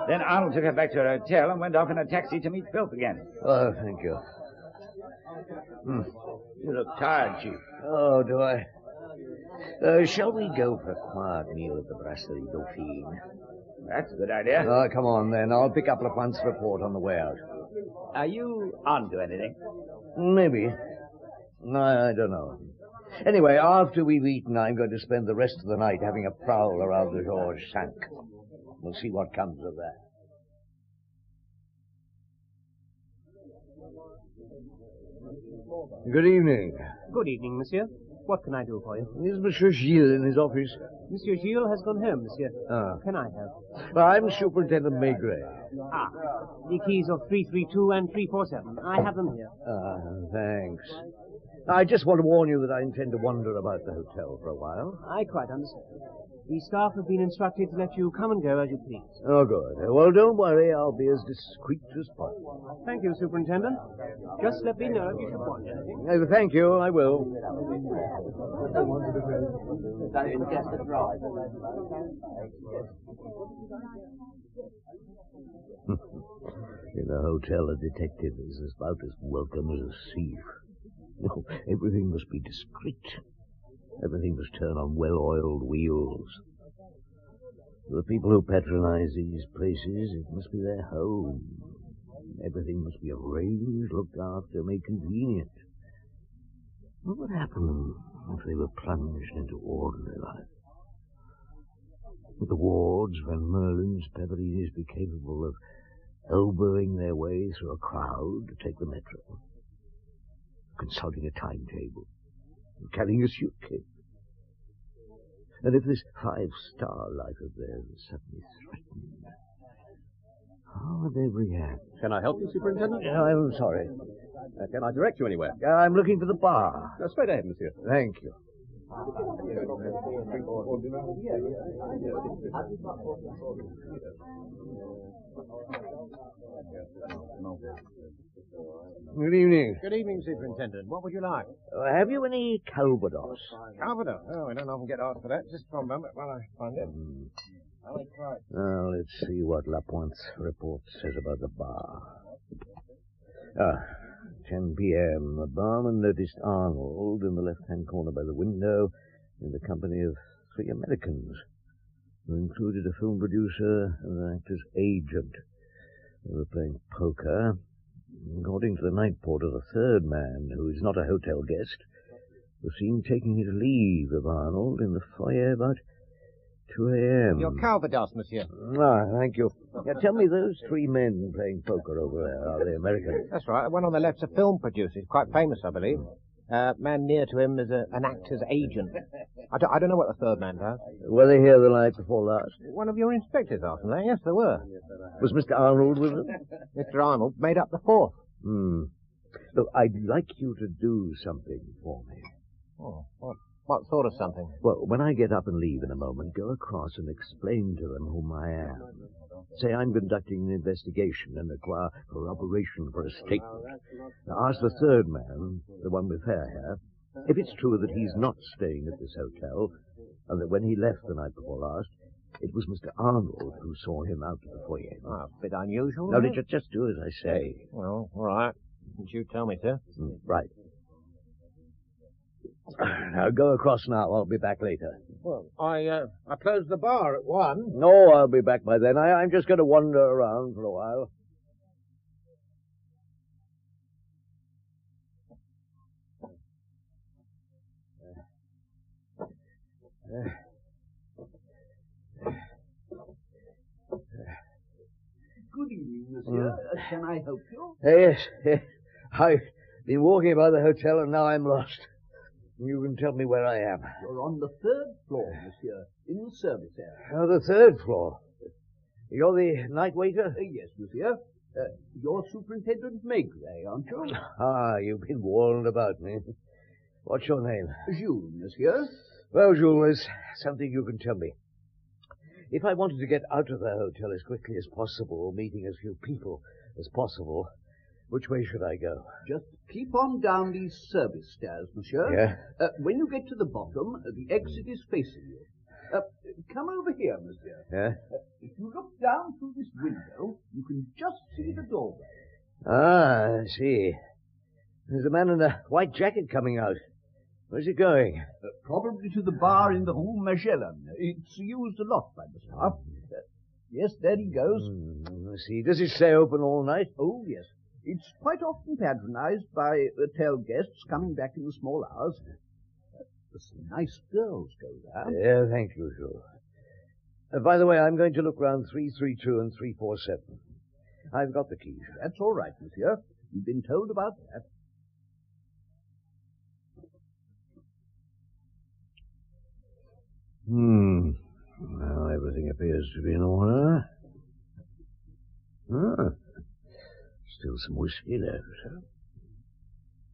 Then Arnold took her back to her hotel and went off in a taxi to meet Philp again.
Oh, thank you.
Hmm. You look tired, Chief. Oh, do I? Uh, shall we go for a quiet meal at the Brasserie Dauphine? That's a good idea.
Oh, come on then. I'll pick up Lapointe's report on the way out.
Are you on to anything?
Maybe. I, I don't know. Anyway, after we've eaten, I'm going to spend the rest of the night having a prowl around the Georges Sank. We'll see what comes of that. Good evening.
Good evening, monsieur. What can I do for you?
Is Monsieur Gilles in his office?
Monsieur Gilles has gone home, monsieur.
Ah.
Can I help?
I'm Superintendent Maigret.
Ah, the keys of 332 and 347. I have them here.
Ah, thanks. I just want to warn you that I intend to wander about the hotel for a while.
I quite understand. The staff have been instructed to let you come and go as you please.
Oh, good. Well, don't worry. I'll be as discreet as possible.
Thank you, Superintendent. Just let me know if you should want anything.
Uh, Thank you. I will.
In a hotel, a detective is about as welcome as a thief. No, everything must be discreet. Everything must turn on well-oiled wheels. The people who patronize these places, it must be their home. Everything must be arranged, looked after, made convenient. What would happen if they were plunged into ordinary life? Would the wards, Van Merlin's, Peverinis be capable of elbowing their way through a crowd to take the metro, consulting a timetable, and carrying a suitcase? And if this five-star life of theirs was suddenly threatened, how would they react?
Can I help you, Superintendent?
I'm sorry.
Uh, can I direct you anywhere?
Uh, I'm looking for the bar.
No, straight ahead, monsieur.
Thank you. Good evening.
Good evening, Superintendent. What would you like?
Uh, have you any Calvados?
Carbono. Oh, I don't often get asked for that. Just for a moment while I find it.
Mm.
Now, let's see what Lapointe's report says about the bar. Ah, 10 p.m. The barman noticed Arnold in the left-hand corner by the window in the company of three Americans, who included a film producer and an actor's agent. They were playing poker. According to the night porter, the third man, who is not a hotel guest, was seen taking his leave of Arnold in the foyer about 2 a.m.
Your Calvados, monsieur.
Ah, thank you. Now, tell me, those three men playing poker over there, are they American?
That's right. The one on the left's a film producer. He's quite famous, I believe. Uh, man near to him is a, an actor's agent. I don't, I don't know what the third man does.
Were they here the night before last?
One of your inspectors asked him that. Yes, there were.
Was Mr. Arnold with them?
Mr. Arnold made up the fourth.
Hmm. Look, I'd like you to do something for me.
Oh, what, what sort of something?
Well, when I get up and leave in a moment, go across and explain to them whom I am. Say I'm conducting an investigation and require corroboration for a statement. Now ask the third man, the one with fair hair, if it's true that he's not staying at this hotel, and that when he left the night before last, it was Mr. Arnold who saw him out of the foyer.
Ah, a bit unusual.
Now,
isn't
Richard, just do as I say.
Well, all right. Did you tell me to?
Mm, Right. Now go across now. I'll be back later.
Well, I uh, I closed the bar at one.
No, I'll be back by then. I, I'm just going to wander around for a while.
Good
Hmm.
evening, monsieur. Uh, can I help you?
Yes, yes. I've been walking about the hotel and now I'm lost. You can tell me where I am.
You're on the third floor, monsieur, in the service area.
Oh, the third floor. You're the night waiter?
yes, monsieur. Uh, you're Superintendent Maigret, aren't you?
Ah, you've been warned about me. What's your name?
Jules, monsieur.
Well, Jules, there's something you can tell me. If I wanted to get out of the hotel as quickly as possible, meeting as few people as possible, which way should I go?
Just keep on down these service stairs, monsieur.
Yeah.
Uh, when you get to the bottom, uh, the exit is facing you. Uh, come over here, monsieur.
Yeah?
If you look down through this window, you can just see the doorway.
Ah, I see.
There's a man in a white jacket coming out. Where's he going?
Uh, Probably to the bar in the Rue Magellan. It's used a lot by the staff. Uh, yes, there he goes.
Let's Hmm, see. Does it stay open all night?
Oh, yes. It's quite often patronized by hotel guests coming back in the small hours. Uh, Some nice girls go there.
Yeah, thank you, Joe. Uh, by the way, I'm going to look round 332 and 347. I've got the keys.
That's all right, monsieur. You've been told about that.
Hmm. Well, everything appears to be in order. Ah. Still some whiskey left, huh?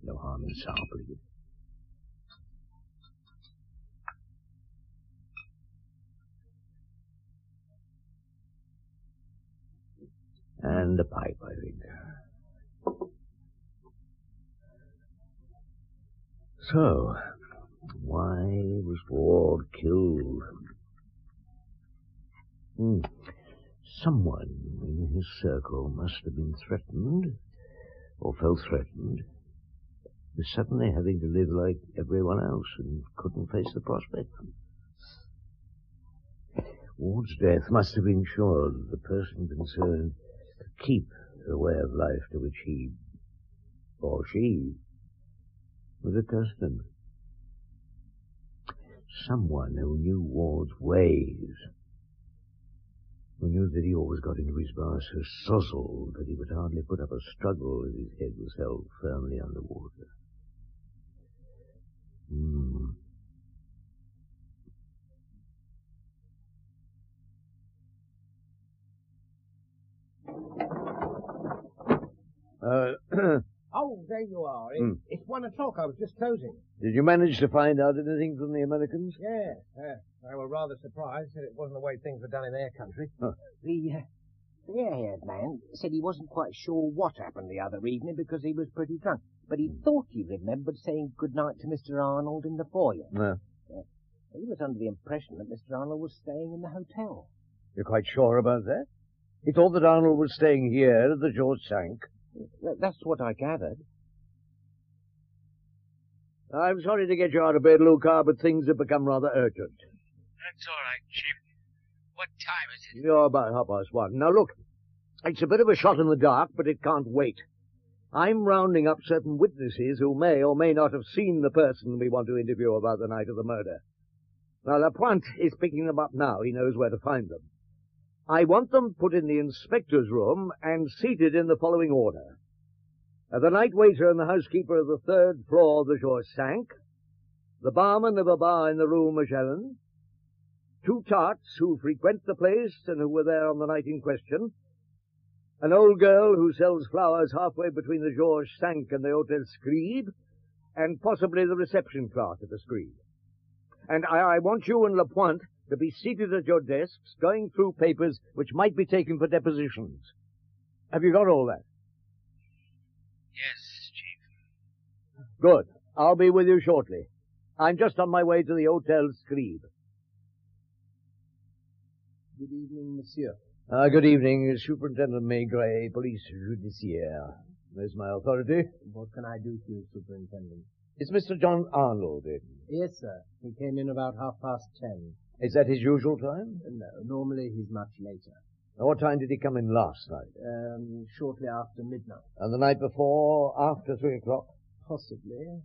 No harm in sampling it. And a pipe, I think. So, why was Ward killed? Hmm. Someone in his circle must have been threatened, or felt threatened, with suddenly having to live like everyone else and couldn't face the prospect. Ward's death must have ensured that the person concerned could keep the way of life to which he or she was accustomed someone who knew Ward's ways, who knew that he always got into his bar so sozzled that he would hardly put up a struggle if his head was held firmly under water. Hmm.
Uh,
Oh, there you are. It,
Hmm.
It's one o'clock. I was just closing.
did you manage to find out anything from the Americans?
Yeah, yeah. They were rather surprised that it wasn't the way things were done in their country.
Huh.
The uh, haired man said he wasn't quite sure what happened the other evening because he was pretty drunk, but
Hmm.
he thought he remembered saying good night to Mr. Arnold in the foyer.
No.
He was under the impression that Mr. Arnold was staying in the hotel.
You're quite sure about that? He thought that Arnold was staying here at the George Sank.
Th- That's what I gathered.
I'm sorry to get you out of bed, Lucar, but things have become rather urgent.
That's all right, Chief. What time is it?
You're about half past one. Now, look, it's a bit of a shot in the dark, but it can't wait. I'm rounding up certain witnesses who may or may not have seen the person we want to interview about the night of the murder. Now, Lapointe is picking them up now. He knows where to find them. I want them put in the inspector's room and seated in the following order. Uh, the night waiter and the housekeeper of the third floor of the George Sank, the barman of a bar in the Rue Magellan, two tarts who frequent the place and who were there on the night in question, an old girl who sells flowers halfway between the Georges Sank and the Hotel Scribe, and possibly the reception clerk at the Scribe. And I, I want you and Lapointe to be seated at your desks, going through papers which might be taken for depositions. Have you got all that?
Yes, Chief.
Good. I'll be with you shortly. I'm just on my way to the Hotel Scribe.
Good evening, monsieur.
Uh, good evening, Superintendent Maigret, Police Judiciaire. There's my authority.
What can I do for you, Superintendent?
Is Mr. John Arnold eh? in?
Yes, sir. He came in about half past ten.
Is that his usual time?
No, normally he's much later.
What time did he come in last night?
Um, shortly after midnight.
And the night before, after three o'clock?
Possibly.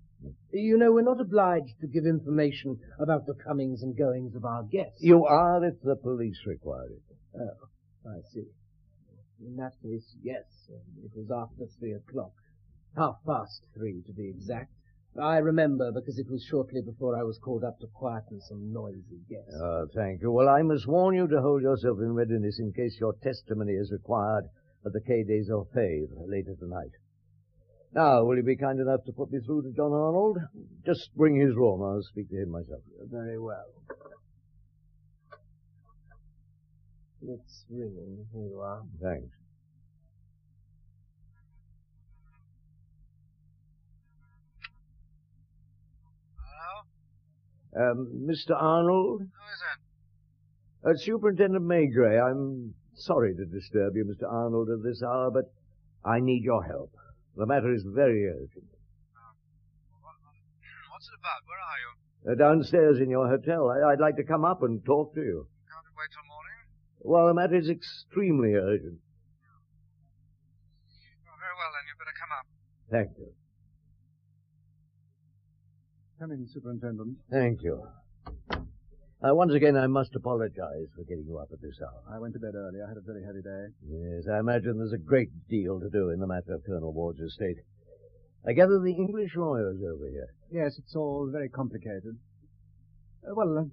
You know, we're not obliged to give information about the comings and goings of our guests.
You are if the police require it.
Oh, I see. In that case, yes, um, it was after three o'clock. Half past three, to be exact. I remember because it was shortly before I was called up to quieten some noisy guests.
Oh, thank you. Well, I must warn you to hold yourself in readiness in case your testimony is required at the Quai des Orfèvres later tonight. Now, will you be kind enough to put me through to John Arnold? Just bring his room. I'll speak to him myself.
Very well. It's ringing. Here you are.
Thanks. Hello? Um, Mr. Arnold? Who is it? Uh, Superintendent Maygray. I'm sorry to disturb you, Mr. Arnold, at this hour, but I need your help. The matter is very urgent.
Oh, What's it about? Where are you?
Uh, downstairs in your hotel. I- I'd like to come up and talk to you.
Can't it wait till morning?
Well, the matter is extremely urgent.
Oh, very well, then. You'd better come up.
Thank you.
Come in, Superintendent.
Thank you. Uh, once again, I must apologize for getting you up at this hour.
I went to bed early. I had a very heavy day.
Yes, I imagine there's a great deal to do in the matter of Colonel Ward's estate. I gather the English lawyer's over here.
Yes, it's all very complicated. Uh, well, uh,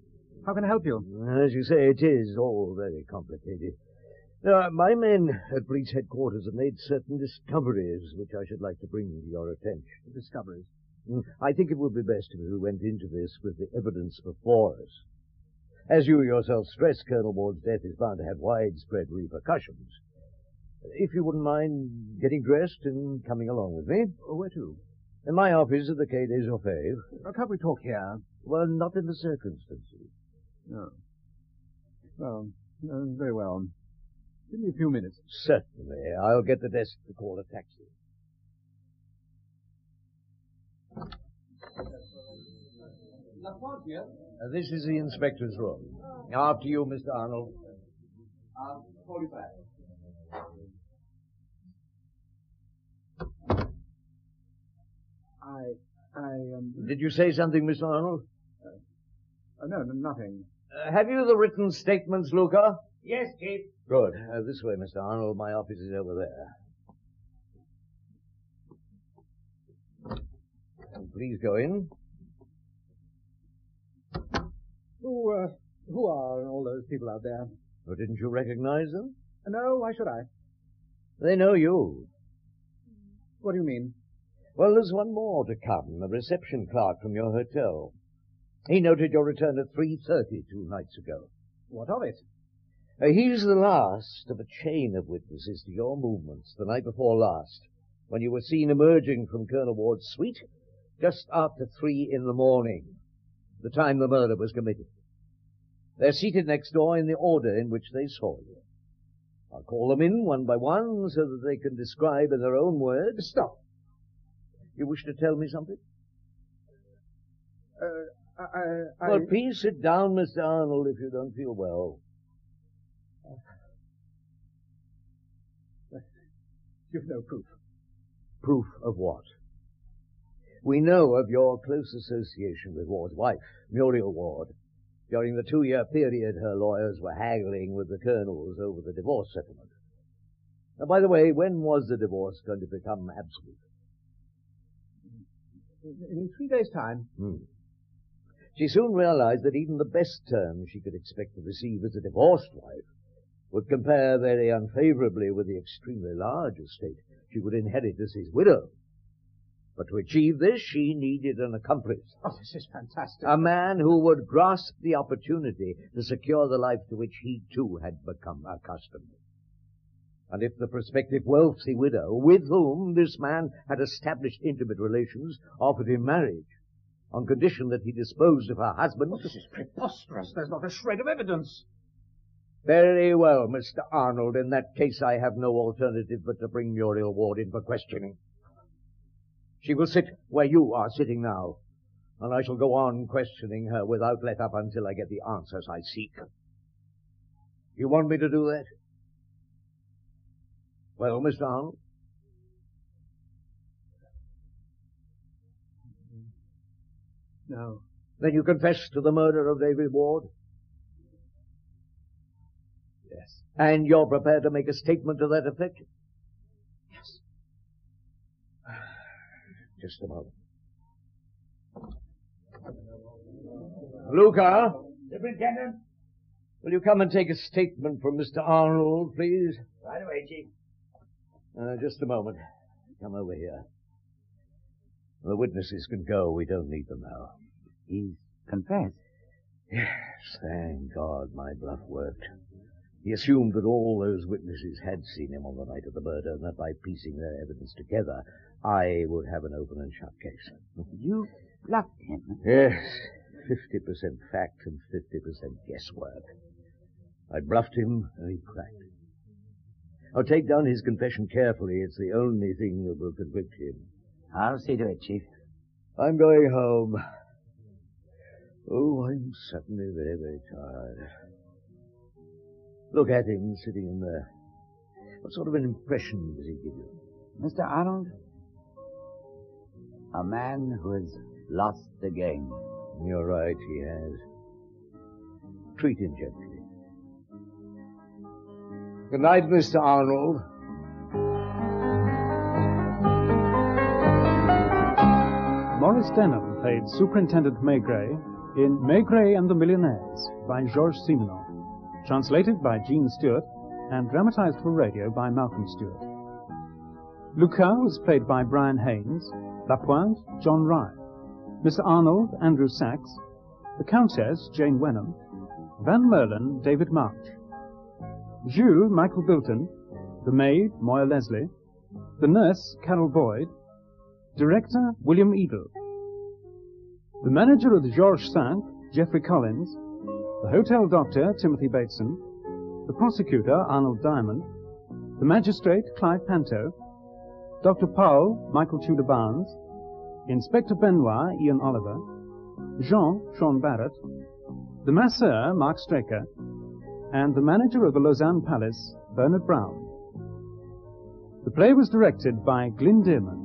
how can I help you?
As you say, it is all very complicated. Now, my men at police headquarters have made certain discoveries which I should like to bring to your attention.
Discoveries?
I think it would be best if we went into this with the evidence before us. As you yourself stress, Colonel Ward's death is bound to have widespread repercussions. If you wouldn't mind getting dressed and coming along with me.
Oh, Where to?
In my office at the Quai des Orfèvres.
can't we talk here?
Well, not in the circumstances.
No. Well, uh, very well. Give me a few minutes.
Certainly. I'll get the desk to call a taxi. Uh, this is the inspector's room. After you, Mr. Arnold.
I'll call you back.
I, I, um...
Did you say something, Mr. Arnold?
Uh, no, no, nothing.
Uh, have you the written statements, Luca?
Yes, Chief.
Good. Uh, this way, Mr. Arnold. My office is over there. And Please go in.
Who, uh, who are all those people out there?
Oh, didn't you recognize them?
No, why should I?
They know you.
What do you mean?
Well, there's one more to come, the reception clerk from your hotel. He noted your return at 3.30 two nights ago.
What of it?
Uh, he's the last of a chain of witnesses to your movements the night before last, when you were seen emerging from Colonel Ward's suite just after three in the morning, the time the murder was committed. They're seated next door in the order in which they saw you. I'll call them in one by one so that they can describe in their own words. Stop. You wish to tell me something?
Uh, I, I...
Well, please sit down, Mr. Arnold, if you don't feel well.
You've no proof.
Proof of what? We know of your close association with Ward's wife, Muriel Ward. During the two-year period, her lawyers were haggling with the colonels over the divorce settlement. Now, by the way, when was the divorce going to become absolute?
In in three days' time.
Hmm. She soon realized that even the best terms she could expect to receive as a divorced wife would compare very unfavorably with the extremely large estate she would inherit as his widow. But to achieve this, she needed an accomplice,
Oh, this is fantastic.
a man who would grasp the opportunity to secure the life to which he too had become accustomed. And if the prospective wealthy widow, with whom this man had established intimate relations, offered him marriage, on condition that he disposed of her husband. this is
preposterous. There's not a shred of evidence.
Very well, Mr. Arnold. In that case, I have no alternative but to bring Muriel Ward in for questioning. She will sit where you are sitting now, and I shall go on questioning her without let up until I get the answers I seek. You want me to do that? Well, Mr. Arnold?
No.
Then you confess to the murder of David Ward?
Yes.
And you're prepared to make a statement to that effect?
Yes.
Just a moment. Luca,
Superintendent?
will you come and take a statement from Mr. Arnold, please?
Right away, Chief.
Uh, just a moment. Come over here. The witnesses can go. We don't need them now.
He's confessed.
Yes, thank God my bluff worked. He assumed that all those witnesses had seen him on the night of the murder, and that by piecing their evidence together, I would have an open and shut case.
You bluffed him.
Yes, 50% fact and 50% guesswork. I bluffed him, and he cracked. I'll take down his confession carefully. It's the only thing that will convict him.
I'll see to it, Chief.
I'm going home. Oh, I'm certainly very, very tired. Look at him sitting in there. What sort of an impression does he give you?
Mr. Arnold, a man who has lost the game.
You're right, he has. Treat him gently.
Good night, Mr. Arnold.
Morris Denham played Superintendent Maigret in Maigret and the Millionaires by Georges Simenon, translated by Gene Stewart and dramatized for radio by Malcolm Stewart. Lucas was played by Brian Haynes, Lapointe, John Rye, Mr. Arnold, Andrew Sachs, the Countess, Jane Wenham, Van Merlin, David March, Jules, Michael Bilton, the maid, Moya Leslie, the nurse, Carol Boyd, Director William Edel. The manager of the Georges Cinq, Geoffrey Collins. The hotel doctor, Timothy Bateson. The prosecutor, Arnold Diamond. The magistrate, Clive Panto. Dr. Powell, Michael Tudor Barnes. Inspector Benoit, Ian Oliver. Jean, Sean Barrett. The masseur, Mark Straker. And the manager of the Lausanne Palace, Bernard Brown. The play was directed by Glyn Dearman.